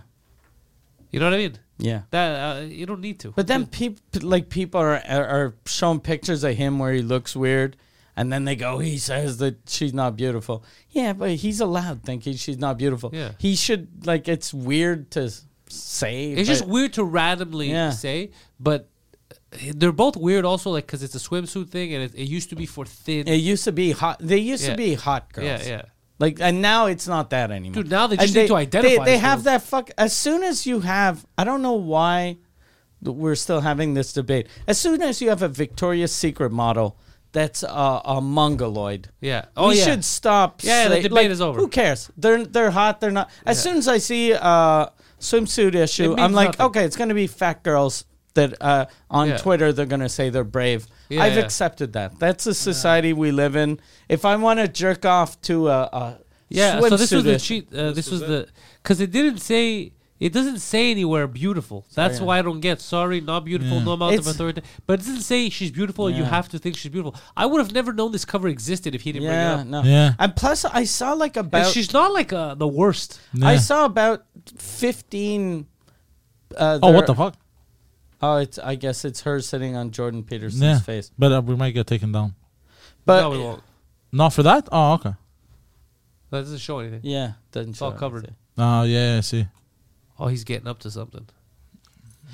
[SPEAKER 1] You know what I mean?
[SPEAKER 2] Yeah.
[SPEAKER 1] That uh, you don't need to.
[SPEAKER 2] But then people like people are are showing pictures of him where he looks weird, and then they go, he says that she's not beautiful. Yeah, but he's allowed thinking she's not beautiful.
[SPEAKER 1] Yeah.
[SPEAKER 2] he should like it's weird to s- say.
[SPEAKER 1] it's just
[SPEAKER 2] but-
[SPEAKER 1] weird to randomly
[SPEAKER 2] Yeah.
[SPEAKER 1] say. But they're both weird also, like because it's a swimsuit thing and it, it used to be for thin.
[SPEAKER 2] It used to be hot. They used
[SPEAKER 1] Yeah.
[SPEAKER 2] to be hot girls.
[SPEAKER 1] Yeah, yeah.
[SPEAKER 2] Like and now it's not that anymore.
[SPEAKER 1] Dude, now they
[SPEAKER 2] And
[SPEAKER 1] just need to
[SPEAKER 2] They,
[SPEAKER 1] identify
[SPEAKER 2] they
[SPEAKER 1] as
[SPEAKER 2] have
[SPEAKER 1] those.
[SPEAKER 2] that fuck. As soon as you have, I don't know why th- we're still having this debate. As soon as you have a Victoria's Secret model that's a, a mongoloid,
[SPEAKER 1] Yeah. Oh,
[SPEAKER 2] we
[SPEAKER 1] yeah.
[SPEAKER 2] should stop.
[SPEAKER 1] Yeah, the
[SPEAKER 2] sla-
[SPEAKER 1] debate is over.
[SPEAKER 2] Who cares? They're they're hot. They're not. As soon as I see a swimsuit issue,
[SPEAKER 1] It
[SPEAKER 2] I'm
[SPEAKER 1] means
[SPEAKER 2] like,
[SPEAKER 1] nothing.
[SPEAKER 2] okay, it's gonna be fat girls. That uh, on
[SPEAKER 1] Yeah.
[SPEAKER 2] Twitter they're gonna say they're brave.
[SPEAKER 1] Yeah,
[SPEAKER 2] I've
[SPEAKER 1] yeah.
[SPEAKER 2] accepted that. That's the society we live in. If I want to jerk off to a, a
[SPEAKER 1] yeah. So this was
[SPEAKER 2] swimsuit
[SPEAKER 1] the
[SPEAKER 2] issue-
[SPEAKER 1] cheat. Uh, this, was, the because it didn't say. It doesn't say anywhere beautiful. That's why I don't get. Sorry, not beautiful, no amount of
[SPEAKER 2] Oh, It's-
[SPEAKER 1] authority. But it doesn't say she's beautiful. You
[SPEAKER 2] Yeah.
[SPEAKER 1] have to think she's beautiful. I would have never known this cover existed if he didn't bring it
[SPEAKER 2] Yeah,
[SPEAKER 1] up.
[SPEAKER 2] no.
[SPEAKER 3] Yeah.
[SPEAKER 2] And plus, I saw like
[SPEAKER 1] And
[SPEAKER 2] about
[SPEAKER 1] she's not like uh, the worst.
[SPEAKER 2] I
[SPEAKER 3] Yeah.
[SPEAKER 2] saw about fifteen. Uh,
[SPEAKER 3] Oh,
[SPEAKER 2] there-
[SPEAKER 3] what the fuck?
[SPEAKER 2] Oh, it's I guess it's her sitting on Jordan Peterson's
[SPEAKER 3] Yeah,
[SPEAKER 2] face.
[SPEAKER 3] but uh, we might get taken down.
[SPEAKER 2] But
[SPEAKER 1] no, we won't.
[SPEAKER 3] Not for that. Oh, okay.
[SPEAKER 1] That doesn't show anything.
[SPEAKER 2] yeah, doesn't
[SPEAKER 1] It's all
[SPEAKER 2] show
[SPEAKER 1] covered.
[SPEAKER 2] anything.
[SPEAKER 3] Oh, yeah. I see.
[SPEAKER 1] Oh, he's getting up to something.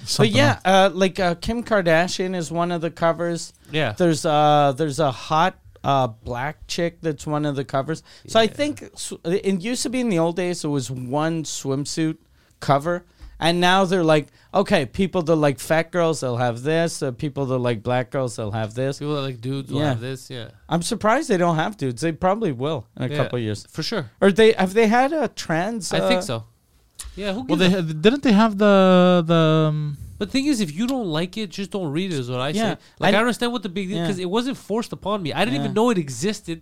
[SPEAKER 3] Something
[SPEAKER 2] but yeah, uh, like uh, Kim Kardashian is one of the covers.
[SPEAKER 1] Yeah.
[SPEAKER 2] There's uh there's a hot uh, black chick that's one of the covers. So I think sw- it used to be in the old days it was one swimsuit cover, and now they're like, okay, people that like fat girls they'll have this, uh, people that like black girls they'll have this.
[SPEAKER 1] People that like dudes will
[SPEAKER 2] Yeah.
[SPEAKER 1] have this. Yeah.
[SPEAKER 2] I'm surprised they don't have dudes. They probably will in a
[SPEAKER 1] Yeah,
[SPEAKER 2] couple of years.
[SPEAKER 1] For sure.
[SPEAKER 2] Or they have they had a trans?
[SPEAKER 1] I
[SPEAKER 2] uh,
[SPEAKER 1] think so. Yeah. Who
[SPEAKER 3] Well,
[SPEAKER 1] gives a
[SPEAKER 3] they had- didn't they have the the. um,
[SPEAKER 1] But the thing is, if you don't like it, just don't read it. Is what I
[SPEAKER 2] Yeah.
[SPEAKER 1] say. Like I,
[SPEAKER 2] I-
[SPEAKER 1] understand what the big deal
[SPEAKER 2] Yeah.
[SPEAKER 1] because it wasn't forced upon me. I didn't
[SPEAKER 2] Yeah.
[SPEAKER 1] even know it existed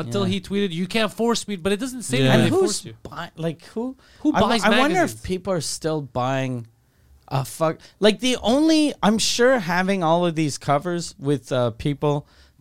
[SPEAKER 1] until
[SPEAKER 2] Yeah.
[SPEAKER 1] he tweeted, "You can't force me," but it doesn't say
[SPEAKER 3] Yeah.
[SPEAKER 1] that
[SPEAKER 2] And
[SPEAKER 1] they
[SPEAKER 2] who's
[SPEAKER 1] forced you.
[SPEAKER 2] buy, like who?
[SPEAKER 1] Who
[SPEAKER 2] I, w-
[SPEAKER 1] buys
[SPEAKER 2] I wonder if
[SPEAKER 1] magazines?
[SPEAKER 2] people are still buying. A fuck. Like the only, I'm sure having all of these covers with uh, people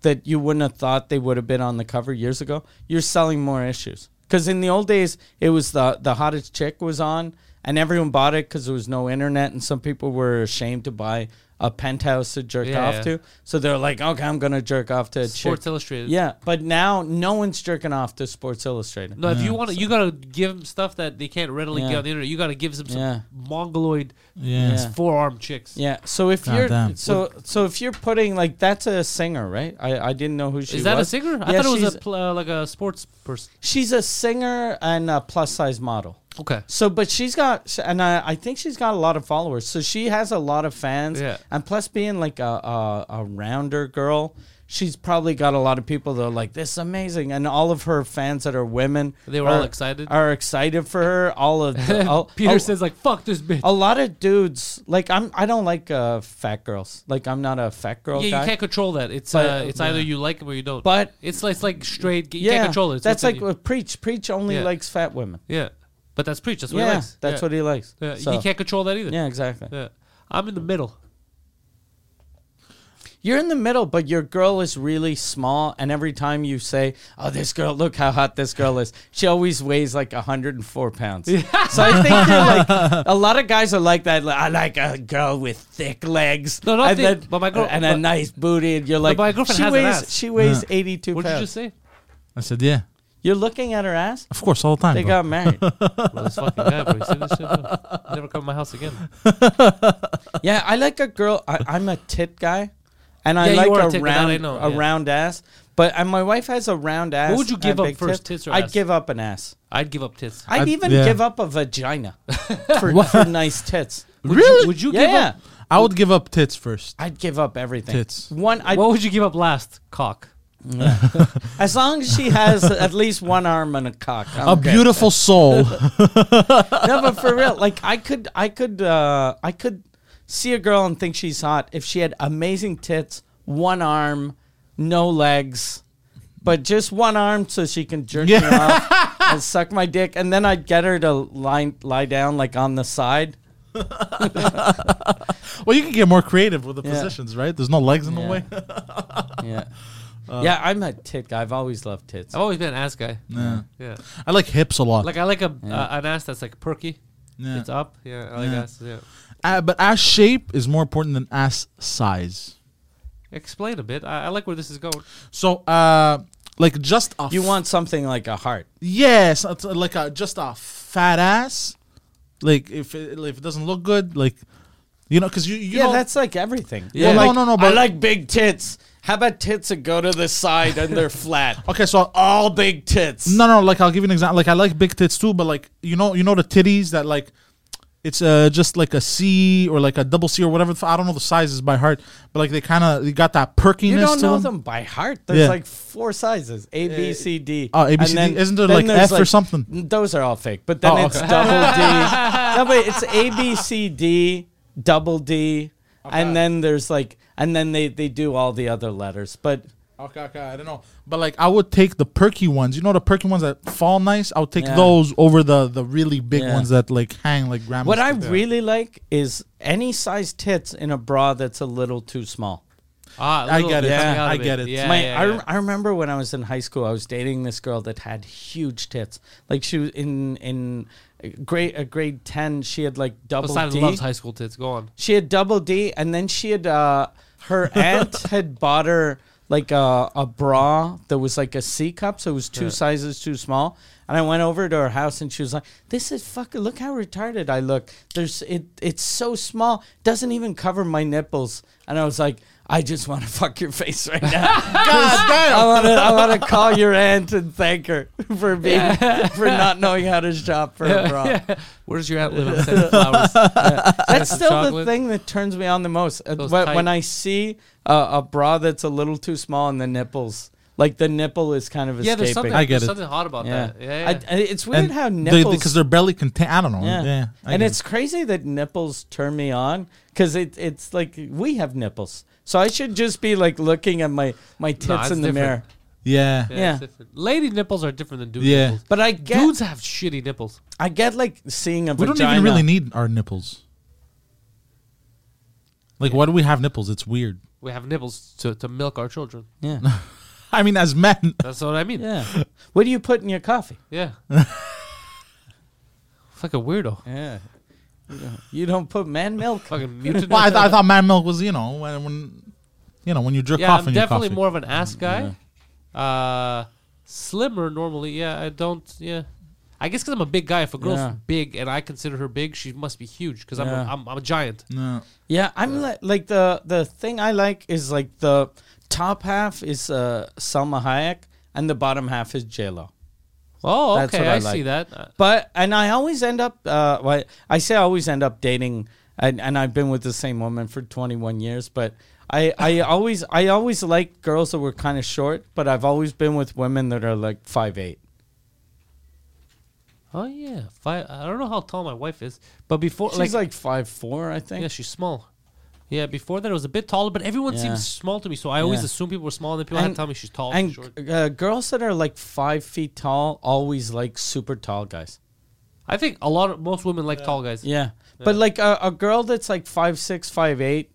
[SPEAKER 2] that you wouldn't have thought they would have been on the cover years ago, you're selling more issues. Because in the old days, it was the the hottest chick was on, and everyone bought it because there was no internet, and some people were ashamed to buy a penthouse to jerk
[SPEAKER 1] Yeah,
[SPEAKER 2] off
[SPEAKER 1] yeah.
[SPEAKER 2] to. So they're like, okay, I'm gonna jerk off to a
[SPEAKER 1] Sports
[SPEAKER 2] chick.
[SPEAKER 1] Illustrated.
[SPEAKER 2] Yeah, but now no one's jerking off to Sports Illustrated.
[SPEAKER 1] No, if you want to, you gotta give them stuff that they can't readily get
[SPEAKER 2] Yeah.
[SPEAKER 1] on the internet. You gotta give them some
[SPEAKER 2] Yeah.
[SPEAKER 1] mongoloid
[SPEAKER 3] Yeah.
[SPEAKER 2] Yeah.
[SPEAKER 1] forearm chicks.
[SPEAKER 2] Yeah. So if
[SPEAKER 3] God
[SPEAKER 2] you're
[SPEAKER 3] damn.
[SPEAKER 2] so so if you're putting like that's a singer, right? I I didn't know who she
[SPEAKER 1] Is that
[SPEAKER 2] was.
[SPEAKER 1] a singer? I
[SPEAKER 2] Yeah,
[SPEAKER 1] thought it was a
[SPEAKER 2] she's-
[SPEAKER 1] pl- uh, like a sports person.
[SPEAKER 2] She's a singer and a plus size model.
[SPEAKER 1] Okay.
[SPEAKER 2] So, but she's got, and I, I think she's got a lot of followers. So she has a lot of fans.
[SPEAKER 1] Yeah.
[SPEAKER 2] And plus, being like a, a, a rounder girl, she's probably got a lot of people that are like, this is amazing. And all of her fans that are women,
[SPEAKER 1] They were
[SPEAKER 2] are,
[SPEAKER 1] all excited?
[SPEAKER 2] Are excited for her. All of
[SPEAKER 1] (laughs)
[SPEAKER 2] the, all,
[SPEAKER 1] Peter
[SPEAKER 2] all-
[SPEAKER 1] says like, "Fuck this bitch."
[SPEAKER 2] a lot of dudes like I'm. I don't like uh, fat girls. Like I'm not a fat girl
[SPEAKER 1] yeah,
[SPEAKER 2] guy.
[SPEAKER 1] you can't control that. It's
[SPEAKER 2] But-
[SPEAKER 1] uh, it's either you like them or you don't.
[SPEAKER 2] But-
[SPEAKER 1] it's like, it's like straight. You can't control it. It's
[SPEAKER 2] that's
[SPEAKER 1] within
[SPEAKER 2] like
[SPEAKER 1] you.
[SPEAKER 2] what preach. Preach only
[SPEAKER 1] Yeah.
[SPEAKER 2] likes fat women.
[SPEAKER 1] Yeah, but that's preach. That's what he
[SPEAKER 2] Yeah,
[SPEAKER 1] likes.
[SPEAKER 2] that's
[SPEAKER 1] yeah.
[SPEAKER 2] what he likes.
[SPEAKER 1] Yeah,
[SPEAKER 2] So-
[SPEAKER 1] he can't control that either.
[SPEAKER 2] Yeah, exactly.
[SPEAKER 1] yeah. I'm in the middle.
[SPEAKER 2] You're in the middle, but your girl is really small, and every time you say, "Oh, this girl, look how hot this girl is," she always weighs like 104 pounds. so I think you're
[SPEAKER 1] (laughs)
[SPEAKER 2] like a lot of guys are like that. Like, I like a girl with thick legs.
[SPEAKER 1] No, not
[SPEAKER 2] and
[SPEAKER 1] thick, but my girl-
[SPEAKER 2] and a
[SPEAKER 1] but-
[SPEAKER 2] nice booty. And you're like,
[SPEAKER 1] my girlfriend
[SPEAKER 2] she
[SPEAKER 1] has an
[SPEAKER 2] weighs
[SPEAKER 1] ass.
[SPEAKER 2] she weighs 82
[SPEAKER 1] What did
[SPEAKER 2] pounds.
[SPEAKER 1] you just say?
[SPEAKER 3] I said, yeah.
[SPEAKER 2] You're looking at her ass.
[SPEAKER 3] Of course, all the time.
[SPEAKER 1] (laughs)
[SPEAKER 2] They
[SPEAKER 3] bro.
[SPEAKER 2] got married.
[SPEAKER 1] Well, this fucking guy, bro. You see this shit? bro?
[SPEAKER 2] (laughs)
[SPEAKER 1] Never come to my house again.
[SPEAKER 2] Yeah, I like a girl. I, I'm a tit guy, and I
[SPEAKER 1] Yeah, you
[SPEAKER 2] like
[SPEAKER 1] are a
[SPEAKER 2] a,
[SPEAKER 1] tit guy, that
[SPEAKER 2] round
[SPEAKER 1] I know,
[SPEAKER 2] a
[SPEAKER 1] yeah.
[SPEAKER 2] round ass. But and my wife has a round ass.
[SPEAKER 1] would you
[SPEAKER 2] and
[SPEAKER 1] give
[SPEAKER 2] a
[SPEAKER 1] up
[SPEAKER 2] big
[SPEAKER 1] first,
[SPEAKER 2] tit.
[SPEAKER 1] tits or
[SPEAKER 2] I'd
[SPEAKER 1] ass?
[SPEAKER 2] give up an ass.
[SPEAKER 1] I'd give up tits.
[SPEAKER 2] I'd,
[SPEAKER 3] I'd-
[SPEAKER 2] even
[SPEAKER 3] yeah.
[SPEAKER 2] give up
[SPEAKER 1] (laughs)
[SPEAKER 2] a vagina for, for nice tits.
[SPEAKER 1] Would
[SPEAKER 3] Really?
[SPEAKER 1] You, would you
[SPEAKER 2] yeah,
[SPEAKER 1] give up?
[SPEAKER 3] I would give up tits first.
[SPEAKER 2] I'd give up everything.
[SPEAKER 3] Tits.
[SPEAKER 2] One. I'd,
[SPEAKER 1] what would you give up last? Cock.
[SPEAKER 2] as long as she has at least one arm and a
[SPEAKER 1] (laughs)
[SPEAKER 2] cock. I'm
[SPEAKER 3] a
[SPEAKER 2] good. (laughs)
[SPEAKER 3] beautiful soul. (laughs)
[SPEAKER 2] no, but for real, like I could, I could, uh, I could see a girl and think she's hot if she had amazing tits, one arm, no legs, but just one arm so she can jerk me off and suck my dick, and then I'd get her to lie lie down like on the side.
[SPEAKER 3] well, you can get more creative with the
[SPEAKER 2] Yeah.
[SPEAKER 3] positions, right? There's no legs in
[SPEAKER 2] Yeah.
[SPEAKER 3] the way. (laughs)
[SPEAKER 2] Yeah,
[SPEAKER 3] Uh,
[SPEAKER 2] yeah, I'm a tit guy. I've always loved tits.
[SPEAKER 3] Oh.
[SPEAKER 1] I've always been an ass guy.
[SPEAKER 3] Yeah.
[SPEAKER 1] Yeah.
[SPEAKER 3] I like hips a lot.
[SPEAKER 1] Like I like a uh, an ass that's like perky.
[SPEAKER 3] Yeah.
[SPEAKER 1] It's up. Yeah. I like
[SPEAKER 3] Yeah.
[SPEAKER 1] ass. Yeah.
[SPEAKER 3] Uh, but ass shape is more important than ass size.
[SPEAKER 1] Explain a bit. I, I like where this is going.
[SPEAKER 3] So, uh, like just a
[SPEAKER 2] You want something like a heart.
[SPEAKER 3] yes, it's uh, like a just a fat ass. Like if it, if it doesn't look good, like you know, because you you
[SPEAKER 2] yeah,
[SPEAKER 3] know,
[SPEAKER 2] that's like everything.
[SPEAKER 3] Yeah.
[SPEAKER 2] Like,
[SPEAKER 3] no, no, no,
[SPEAKER 2] I
[SPEAKER 3] but-
[SPEAKER 2] like big tits. How about tits that go to the side and
[SPEAKER 3] (laughs)
[SPEAKER 2] they're flat?
[SPEAKER 3] okay. So oh,
[SPEAKER 2] All big tits.
[SPEAKER 3] No, no. Like I'll give you an example. Like I like big tits too, but like you know, you know the titties that like it's uh, just like a C or like a double C or whatever. I don't know the sizes by heart, but like they kind of they got that perkiness.
[SPEAKER 2] You don't
[SPEAKER 3] to
[SPEAKER 2] know
[SPEAKER 3] them.
[SPEAKER 2] them by heart. There's
[SPEAKER 3] Yeah.
[SPEAKER 2] like four sizes: A, B, C, D.
[SPEAKER 3] oh, A, B,
[SPEAKER 2] And
[SPEAKER 3] C, D. Isn't there, like,
[SPEAKER 2] there's,
[SPEAKER 3] F or something?
[SPEAKER 2] n- Those are all fake. But then
[SPEAKER 3] Oh,
[SPEAKER 2] it's
[SPEAKER 3] okay.
[SPEAKER 2] double
[SPEAKER 3] (laughs)
[SPEAKER 2] D. No, but it's A, B, C, D, double D, and then there's like, and then they they do all the other letters. But
[SPEAKER 3] Okay, okay. I don't know, but like I would take the perky ones. You know the perky ones that fall nice. I would take
[SPEAKER 2] Yeah.
[SPEAKER 3] those over the the really big
[SPEAKER 2] Yeah.
[SPEAKER 3] ones that like hang like grandma's.
[SPEAKER 2] what I
[SPEAKER 3] tits.
[SPEAKER 2] really like is any size tits in a bra that's a little too small.
[SPEAKER 1] Ah,
[SPEAKER 3] I
[SPEAKER 1] little
[SPEAKER 3] get it.
[SPEAKER 1] coming
[SPEAKER 3] Yeah,
[SPEAKER 1] out
[SPEAKER 3] I
[SPEAKER 1] of
[SPEAKER 3] get it.
[SPEAKER 1] Yeah,
[SPEAKER 2] My,
[SPEAKER 1] yeah,
[SPEAKER 2] I,
[SPEAKER 1] yeah.
[SPEAKER 2] rem- I remember when I was in high school, I was dating this girl that had huge tits. Like she was in in grade uh, grade ten, she had like double
[SPEAKER 1] Poseidon
[SPEAKER 2] D.
[SPEAKER 1] loves high school tits. Go on.
[SPEAKER 2] She had double D, and then she had uh, her aunt had bought her like a, a bra that was like a C cup, so it was two sizes too small. And I went over to her house, and she was like, "This is fucking. Look how retarded I look. There's it. It's so small. Doesn't even cover my nipples." And I was like. I just want to (laughs) fuck your face right now. (laughs) I want to. I want to call your aunt and thank her (laughs) for being for not knowing how to shop for a bra.
[SPEAKER 1] Where's your outlet? I'm sending flowers.
[SPEAKER 2] That's
[SPEAKER 1] Some
[SPEAKER 2] still
[SPEAKER 1] chocolate.
[SPEAKER 2] the thing that turns me on the most. Uh,
[SPEAKER 1] Those
[SPEAKER 2] wh- when
[SPEAKER 1] tight-
[SPEAKER 2] I see a, a bra that's a little too small and the nipples, like the nipple is kind of
[SPEAKER 1] yeah,
[SPEAKER 2] escaping.
[SPEAKER 1] there's something.
[SPEAKER 3] I get
[SPEAKER 1] there's
[SPEAKER 3] it.
[SPEAKER 1] something hot about
[SPEAKER 2] yeah.
[SPEAKER 1] that. Yeah, yeah.
[SPEAKER 2] I, I- it's weird how nipples
[SPEAKER 3] because their belly contain. I don't know.
[SPEAKER 2] Yeah.
[SPEAKER 3] Yeah, I
[SPEAKER 2] and
[SPEAKER 3] get
[SPEAKER 2] it's crazy that nipples turn me on because it, it's like we have nipples. So I should just be like looking at my, my tits
[SPEAKER 1] it's
[SPEAKER 2] in the
[SPEAKER 1] different.
[SPEAKER 2] mirror.
[SPEAKER 3] it. yeah.
[SPEAKER 1] Yeah,
[SPEAKER 2] yeah.
[SPEAKER 1] it's different. Lady nipples are different than dude
[SPEAKER 3] Yeah.
[SPEAKER 1] nipples.
[SPEAKER 2] But I get
[SPEAKER 1] Dudes have shitty nipples.
[SPEAKER 2] I get like seeing a
[SPEAKER 3] We
[SPEAKER 2] vagina.
[SPEAKER 3] don't even really need our nipples. Like, why do we have nipples? It's weird.
[SPEAKER 1] We have nipples to, to milk our children.
[SPEAKER 3] (laughs)
[SPEAKER 2] Yeah.
[SPEAKER 3] I mean, as
[SPEAKER 1] (laughs)
[SPEAKER 3] men,
[SPEAKER 1] That's what I mean. Yeah.
[SPEAKER 2] yeah. What do you put in your coffee?
[SPEAKER 1] Fucking weirdo.
[SPEAKER 2] Yeah. You don't put man milk.
[SPEAKER 1] Fucking mutant.
[SPEAKER 3] well, I, th- I thought man milk was you know when, when you know when you jerk
[SPEAKER 1] yeah,
[SPEAKER 3] off
[SPEAKER 1] I'm
[SPEAKER 3] in your
[SPEAKER 1] definitely
[SPEAKER 3] coffee.
[SPEAKER 1] more of an ass guy. Uh, slimmer normally. Yeah, I don't. Yeah, I guess because I'm a big guy. If a girl's
[SPEAKER 2] Yeah.
[SPEAKER 1] big and I consider her big, she must be huge because I'm,
[SPEAKER 2] Yeah.
[SPEAKER 1] a, I'm I'm a giant.
[SPEAKER 3] no.
[SPEAKER 2] Yeah, I'm li- like the the thing I like is like the top half is uh, Salma Hayek and the bottom half is J Lo.
[SPEAKER 1] Oh,
[SPEAKER 2] That's
[SPEAKER 1] okay,
[SPEAKER 2] what I
[SPEAKER 1] I, see
[SPEAKER 2] like.
[SPEAKER 1] that. Uh,
[SPEAKER 2] But and I always end up. Uh, well, I say I always end up dating, and, and I've been with the same woman for 21 years. But I, I (laughs) always I always like girls that were kind of short. But I've always been with women that are like five eight.
[SPEAKER 1] Oh yeah, five. I don't know how tall my wife is, but before
[SPEAKER 2] She's
[SPEAKER 1] like,
[SPEAKER 2] like, five four, I think.
[SPEAKER 1] yeah, she's small. Yeah, before that it was a bit taller, but everyone
[SPEAKER 2] Yeah.
[SPEAKER 1] seems small to me, so I always
[SPEAKER 2] Yeah.
[SPEAKER 1] assume people were small, and then people had to tell me she's tall.
[SPEAKER 2] And
[SPEAKER 1] she's short.
[SPEAKER 2] uh, girls that are like five feet tall always like super tall guys.
[SPEAKER 1] I think a lot of most women like tall guys.
[SPEAKER 2] Yeah. But like a, a girl that's like five six, five eight,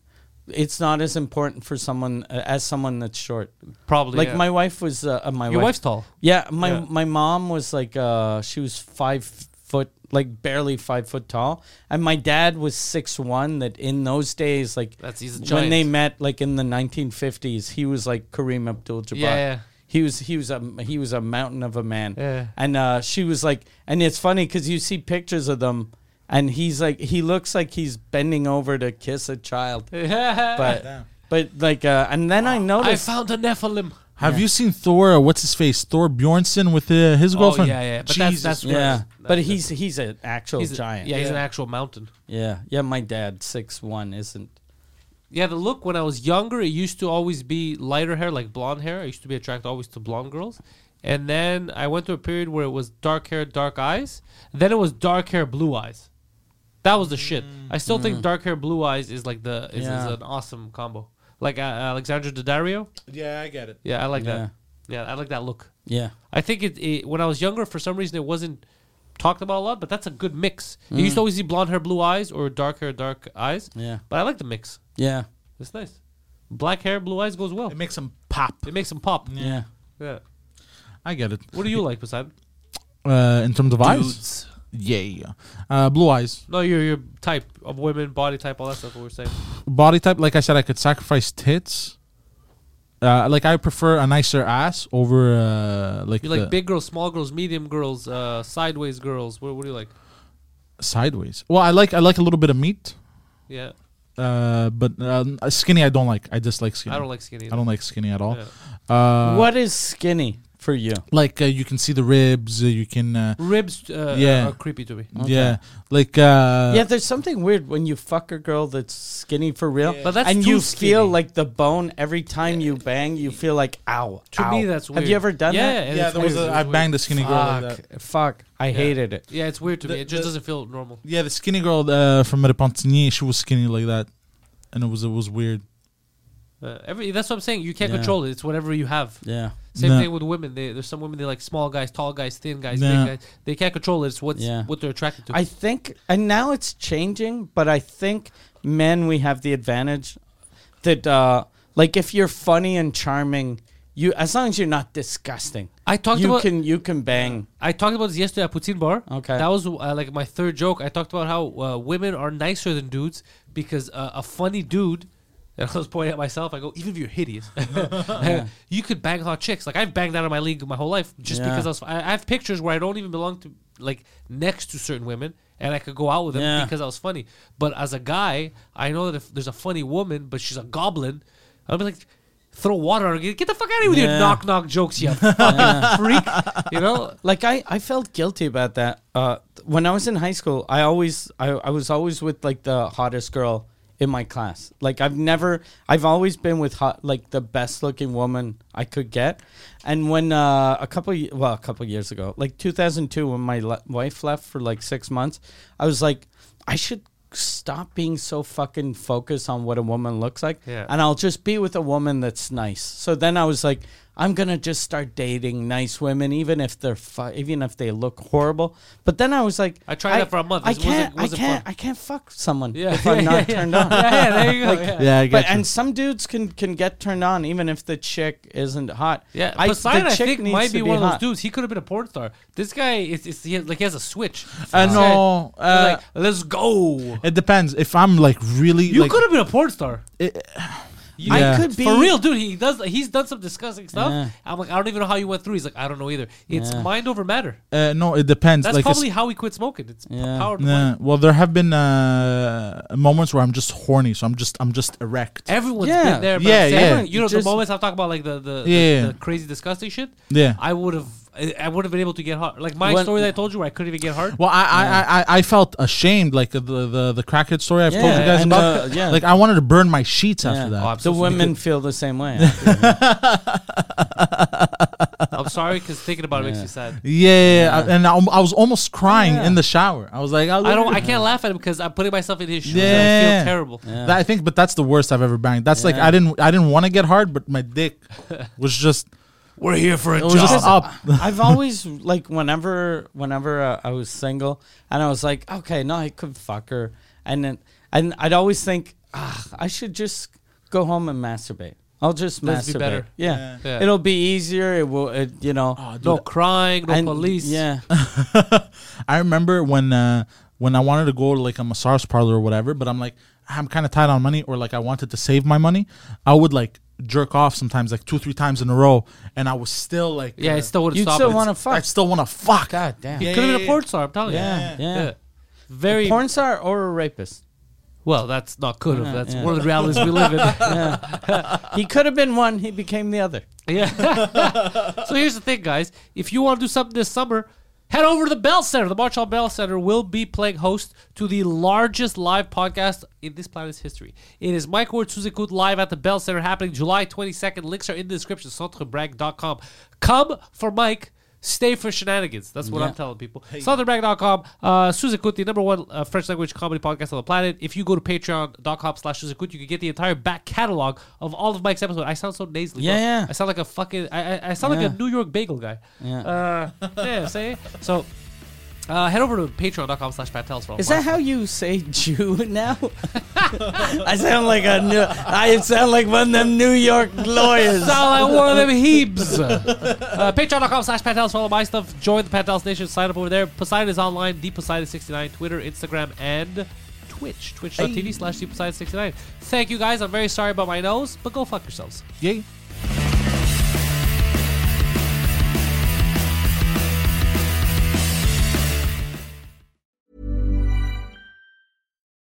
[SPEAKER 2] it's not as important for someone uh, as someone that's short.
[SPEAKER 1] Probably
[SPEAKER 2] Like
[SPEAKER 1] yeah.
[SPEAKER 2] my wife was uh, uh, my
[SPEAKER 1] Your
[SPEAKER 2] wife-
[SPEAKER 1] wife's tall.
[SPEAKER 2] Yeah, my
[SPEAKER 1] Yeah.
[SPEAKER 2] my mom was like uh she was five foot like barely five foot tall, and my dad was six one. That in those days, like
[SPEAKER 1] That's- he's a
[SPEAKER 2] when they
[SPEAKER 1] giant.
[SPEAKER 2] met, like in the nineteen fifties, he was like Kareem Abdul-Jabbar.
[SPEAKER 1] Yeah, yeah.
[SPEAKER 2] He was he was a he was a mountain of a man.
[SPEAKER 1] Yeah.
[SPEAKER 2] And uh, she was like, and it's funny because you see pictures of them, and he's like he looks like he's bending over to kiss a child, but. But like, uh, and then I
[SPEAKER 1] (laughs) I
[SPEAKER 2] noticed.
[SPEAKER 1] found a Nephilim.
[SPEAKER 2] Oh,
[SPEAKER 3] Have you seen Thor? uh, What's his face? Thor Bjornsson with uh, his girlfriend.
[SPEAKER 1] Oh, yeah, yeah, but that's- that's
[SPEAKER 3] Jesus.
[SPEAKER 2] yeah,
[SPEAKER 1] That's
[SPEAKER 2] but he's he's an actual
[SPEAKER 1] He's a-
[SPEAKER 2] giant.
[SPEAKER 1] yeah, he's an actual mountain.
[SPEAKER 2] Yeah, yeah. My dad, six one, isn't.
[SPEAKER 1] Yeah, the look when I was younger, it used to always be lighter hair, like blonde hair. I used to be attracted always to blonde girls. And then I went through a period where it was dark hair, dark eyes. Then it was dark hair, blue eyes. That was the shit. I still think dark hair, blue eyes is like the is,
[SPEAKER 2] Mm. Yeah.
[SPEAKER 1] is an awesome combo. Like uh, Alexandra Daddario.
[SPEAKER 3] yeah, I get it.
[SPEAKER 1] Yeah, I like
[SPEAKER 2] Yeah.
[SPEAKER 1] that. Yeah, I like that look.
[SPEAKER 2] Yeah,
[SPEAKER 1] I think it, it when I was younger, for some reason, it wasn't talked about a lot. But that's a good mix. You
[SPEAKER 2] Mm.
[SPEAKER 1] used to always see blonde hair, blue eyes, or dark hair, dark eyes.
[SPEAKER 2] Yeah.
[SPEAKER 1] but I like the mix.
[SPEAKER 2] yeah,
[SPEAKER 1] It's nice. Black hair, blue eyes goes well.
[SPEAKER 3] It makes him pop.
[SPEAKER 1] It makes them pop.
[SPEAKER 2] yeah.
[SPEAKER 1] Yeah.
[SPEAKER 3] I get it.
[SPEAKER 1] What do you like, Poseidon?
[SPEAKER 3] Uh, in terms of eyes,
[SPEAKER 1] Dudes.
[SPEAKER 3] yeah, yeah. Uh, blue eyes.
[SPEAKER 1] No, your your type of women, body type, all that stuff. What we're saying.
[SPEAKER 3] body type, like I said, I could sacrifice tits. Uh, like I prefer a nicer ass over uh, like
[SPEAKER 1] You like
[SPEAKER 3] the
[SPEAKER 1] big girls, small girls, medium girls, uh, sideways girls. What, what do you like?
[SPEAKER 3] sideways. Well, I like I like a little bit of meat,
[SPEAKER 1] Yeah,
[SPEAKER 3] uh, but uh, skinny I don't like. I dislike skinny.
[SPEAKER 1] I don't like skinny.
[SPEAKER 3] I don't like skinny at all.
[SPEAKER 1] Yeah.
[SPEAKER 3] Uh,
[SPEAKER 2] what is skinny for you?
[SPEAKER 3] Like uh, you can see the ribs. Uh, you can. Uh,
[SPEAKER 1] Ribs uh,
[SPEAKER 3] Yeah. Mm.
[SPEAKER 1] are creepy to me.
[SPEAKER 3] Yeah, like uh,
[SPEAKER 2] yeah, there's something weird when you fuck a girl that's skinny for real,
[SPEAKER 1] But that's
[SPEAKER 2] and
[SPEAKER 1] too
[SPEAKER 2] you
[SPEAKER 1] skinny.
[SPEAKER 2] feel like the bone every time you bang. You feel like ow.
[SPEAKER 1] To
[SPEAKER 2] ow.
[SPEAKER 1] me, that's weird.
[SPEAKER 2] Have you ever done
[SPEAKER 1] yeah,
[SPEAKER 2] that?
[SPEAKER 1] Yeah,
[SPEAKER 3] yeah.
[SPEAKER 1] it's
[SPEAKER 3] There was
[SPEAKER 1] weird.
[SPEAKER 3] a,
[SPEAKER 1] It
[SPEAKER 3] I
[SPEAKER 1] weird.
[SPEAKER 3] banged a skinny girl like that.
[SPEAKER 2] Fuck, fuck! I hated it.
[SPEAKER 1] Yeah, it's weird to me. It just
[SPEAKER 3] the-
[SPEAKER 1] doesn't feel normal.
[SPEAKER 3] Yeah, the skinny girl uh, from Repentigny, she was skinny like that, and it was it was weird.
[SPEAKER 1] Uh, every that's what I'm saying. You can't
[SPEAKER 2] Yeah.
[SPEAKER 1] control it. It's whatever you have.
[SPEAKER 2] Yeah,
[SPEAKER 1] Same
[SPEAKER 3] No.
[SPEAKER 1] thing with women. They, there's some women they like small guys, tall guys, thin guys,
[SPEAKER 3] No.
[SPEAKER 1] big guys. They can't control it. It's what's
[SPEAKER 2] Yeah.
[SPEAKER 1] what they're attracted to.
[SPEAKER 2] I think, and now it's changing, but I think men we have the advantage that, uh, like, if you're funny and charming, you as long as you're not disgusting,
[SPEAKER 1] I talked
[SPEAKER 2] you
[SPEAKER 1] about-
[SPEAKER 2] can you can bang.
[SPEAKER 1] I talked about this yesterday at Poutine Bar.
[SPEAKER 2] Okay.
[SPEAKER 1] That was uh, like my third joke. I talked about how uh, women are nicer than dudes because uh, a funny dude, (laughs) and I was pointing at myself, I go, even if you're hideous, (laughs) you could bang hot chicks. Like, I've banged out of my league my whole life just
[SPEAKER 2] Yeah.
[SPEAKER 1] because I was. I, I have pictures where I don't even belong to, like, next to certain women. And I could go out with them
[SPEAKER 2] Yeah.
[SPEAKER 1] because I was funny. But as a guy, I know that if there's a funny woman, but she's a goblin, I'll be like, throw water. on her. Get the fuck out of here with
[SPEAKER 2] Yeah.
[SPEAKER 1] your knock knock jokes,
[SPEAKER 2] (laughs)
[SPEAKER 1] you fucking freak. You know,
[SPEAKER 2] like I, I felt guilty about that uh, when i was in high school i always I, I was always with like the hottest girl in my class like i've never i've always been with hot like the best looking woman i could get and when uh, a couple ye- well a couple years ago like 2002 when my le- wife left for like six months i was like i should stop being so fucking focused on what a woman looks like
[SPEAKER 1] Yeah.
[SPEAKER 2] and I'll just be with a woman that's nice. So then I was like, I'm gonna just start dating nice women, even if they're fu- even if they look horrible. But then I was like,
[SPEAKER 1] I tried that for a month.
[SPEAKER 2] I
[SPEAKER 1] It wasn't-
[SPEAKER 2] can't,
[SPEAKER 1] wasn't
[SPEAKER 2] I can't,
[SPEAKER 1] fun.
[SPEAKER 2] I can't fuck someone
[SPEAKER 1] (laughs) Yeah.
[SPEAKER 2] if I'm
[SPEAKER 1] Yeah,
[SPEAKER 2] not
[SPEAKER 1] yeah, yeah.
[SPEAKER 2] turned on.
[SPEAKER 1] Yeah, yeah, there you go, yeah.
[SPEAKER 3] Yeah, I
[SPEAKER 2] but
[SPEAKER 3] get you.
[SPEAKER 2] and some dudes can can get turned on even if the chick isn't hot.
[SPEAKER 1] Yeah,
[SPEAKER 2] I- the
[SPEAKER 1] Poseidon, I,
[SPEAKER 2] chick
[SPEAKER 1] think
[SPEAKER 2] needs
[SPEAKER 1] might
[SPEAKER 2] to
[SPEAKER 1] be, one of those
[SPEAKER 2] hot.
[SPEAKER 1] dudes. He could have been a porn star. This guy is, is he has, like he has a switch.
[SPEAKER 3] I
[SPEAKER 1] This
[SPEAKER 3] know,
[SPEAKER 1] guy, he's
[SPEAKER 3] uh,
[SPEAKER 1] like let's go.
[SPEAKER 3] It depends. If I'm like really,
[SPEAKER 1] You
[SPEAKER 3] like,
[SPEAKER 1] could have been a porn star. You-
[SPEAKER 3] I Yeah.
[SPEAKER 2] could be-
[SPEAKER 1] for real, dude. He does. He's done some disgusting stuff.
[SPEAKER 2] Yeah.
[SPEAKER 1] I'm like, I don't even know how you went through. He's like, I don't know either. It's
[SPEAKER 2] Yeah.
[SPEAKER 1] mind over matter.
[SPEAKER 3] Uh, no, it depends.
[SPEAKER 1] That's
[SPEAKER 3] like it's-
[SPEAKER 1] probably how he quit smoking. It's p-
[SPEAKER 2] Yeah.
[SPEAKER 1] power. to mind.
[SPEAKER 3] Nah, well, there have been uh, moments where I'm just horny, so I'm just I'm just erect.
[SPEAKER 1] Everyone's
[SPEAKER 2] Yeah.
[SPEAKER 1] been there. But
[SPEAKER 3] Yeah,
[SPEAKER 1] I'm saying,
[SPEAKER 3] yeah.
[SPEAKER 1] You know,
[SPEAKER 2] Just-
[SPEAKER 1] the moments I'm talking about, like the the, the-
[SPEAKER 3] Yeah.
[SPEAKER 1] the crazy, disgusting shit.
[SPEAKER 3] Yeah.
[SPEAKER 1] I would have. I- I would have been able to get hard. Like my
[SPEAKER 2] When-
[SPEAKER 1] story that I told you, where I couldn't even get hard.
[SPEAKER 3] Well, I, I, I, I felt ashamed, like the the, the crackhead story I've told you
[SPEAKER 2] Yeah,
[SPEAKER 3] guys
[SPEAKER 2] and,
[SPEAKER 3] about.
[SPEAKER 2] uh, yeah.
[SPEAKER 3] Like I wanted to burn my sheets
[SPEAKER 2] Yeah.
[SPEAKER 3] after that.
[SPEAKER 1] Oh, I'm
[SPEAKER 2] The
[SPEAKER 1] so sorry. (laughs)
[SPEAKER 2] women feel the same way.
[SPEAKER 1] I'm sorry because thinking about it makes me sad.
[SPEAKER 3] yeah, yeah, yeah. I- and I, I was almost crying in the shower. I was like,
[SPEAKER 1] I don't. I can't laugh at him because I'm putting myself in his shoes. and I
[SPEAKER 3] Yeah.
[SPEAKER 1] feel terrible.
[SPEAKER 3] That, I think, but that's the worst I've ever banged. That's like I didn't I didn't want to get hard, but my
[SPEAKER 1] (laughs)
[SPEAKER 3] dick was just
[SPEAKER 1] We're here for a
[SPEAKER 3] it was just up.
[SPEAKER 2] (laughs) I've always like whenever whenever uh, I was single and I was like, okay, no, I could fuck her, and then and I'd always think, ah, I should just go home and masturbate. I'll just
[SPEAKER 1] That'd be
[SPEAKER 2] masturbate.
[SPEAKER 1] better.
[SPEAKER 2] Yeah.
[SPEAKER 1] Yeah. Oh, Yeah.
[SPEAKER 2] it'll be easier. It will, it, you know.
[SPEAKER 1] No crying, no
[SPEAKER 2] and-
[SPEAKER 1] police. (laughs)
[SPEAKER 2] Yeah,
[SPEAKER 3] I remember when uh, when I wanted to go to like a massage parlor or whatever, but I'm like "Ah, I'm kind of tight on money, or like I wanted to save my money. I would like jerk off sometimes, like two three times in a row, and I was still like,
[SPEAKER 1] yeah. It still wouldn't
[SPEAKER 2] you
[SPEAKER 1] stop.
[SPEAKER 2] still
[SPEAKER 1] it.
[SPEAKER 2] want to
[SPEAKER 3] I
[SPEAKER 2] fuck.
[SPEAKER 3] still want to fuck.
[SPEAKER 2] God damn.
[SPEAKER 1] Could have been a porn star. I'm telling
[SPEAKER 2] Yeah,
[SPEAKER 1] you.
[SPEAKER 2] yeah.
[SPEAKER 1] Very
[SPEAKER 2] Porn star or a rapist?
[SPEAKER 1] well. That's not could have.
[SPEAKER 2] Yeah,
[SPEAKER 1] That's
[SPEAKER 2] yeah.
[SPEAKER 1] one of the realities we live in.
[SPEAKER 2] He could have been one. He became the other.
[SPEAKER 1] Yeah.
[SPEAKER 2] (laughs)
[SPEAKER 1] so here's the thing, guys. If you want to do something this summer, head over to the Bell Center. The Marshall Bell Center will be playing host to the largest live podcast in this planet's history. It is Mike Ward Suzekut live at the Bell Center happening July 22nd. Links are in the description, centrebrag.com. Come for Mike. Stay for shenanigans. That's what I'm telling people. Southerbrag.com, uh, Suzekut, the number one uh, French language comedy podcast on the planet. If you go to patreon.com slash Suzekut, you can get the entire back catalog of all of Mike's episodes. I sound so nasally. bro.
[SPEAKER 2] Yeah, yeah.
[SPEAKER 1] I sound like a fucking. I, I- I sound
[SPEAKER 2] Yeah.
[SPEAKER 1] like a New York bagel guy.
[SPEAKER 2] Yeah.
[SPEAKER 1] Uh, yeah. Say so. Uh, head over to patreon.com slash patels for all
[SPEAKER 2] Is that
[SPEAKER 1] my-
[SPEAKER 2] how you say (laughs) Jew now? I sound like a new. I sound like one of them New York lawyers.
[SPEAKER 1] sound like (laughs) one of them heaps. uh, Patreon.com slash Patels for all of my stuff. Join the Patels Nation. Sign up over there. Poseidon is online. The Poseidon69. Twitter, Instagram, and Twitch. Twitch.tv slash The Poseidon69. Thank you guys. I'm very sorry about my nose, but go fuck yourselves.
[SPEAKER 3] Yay.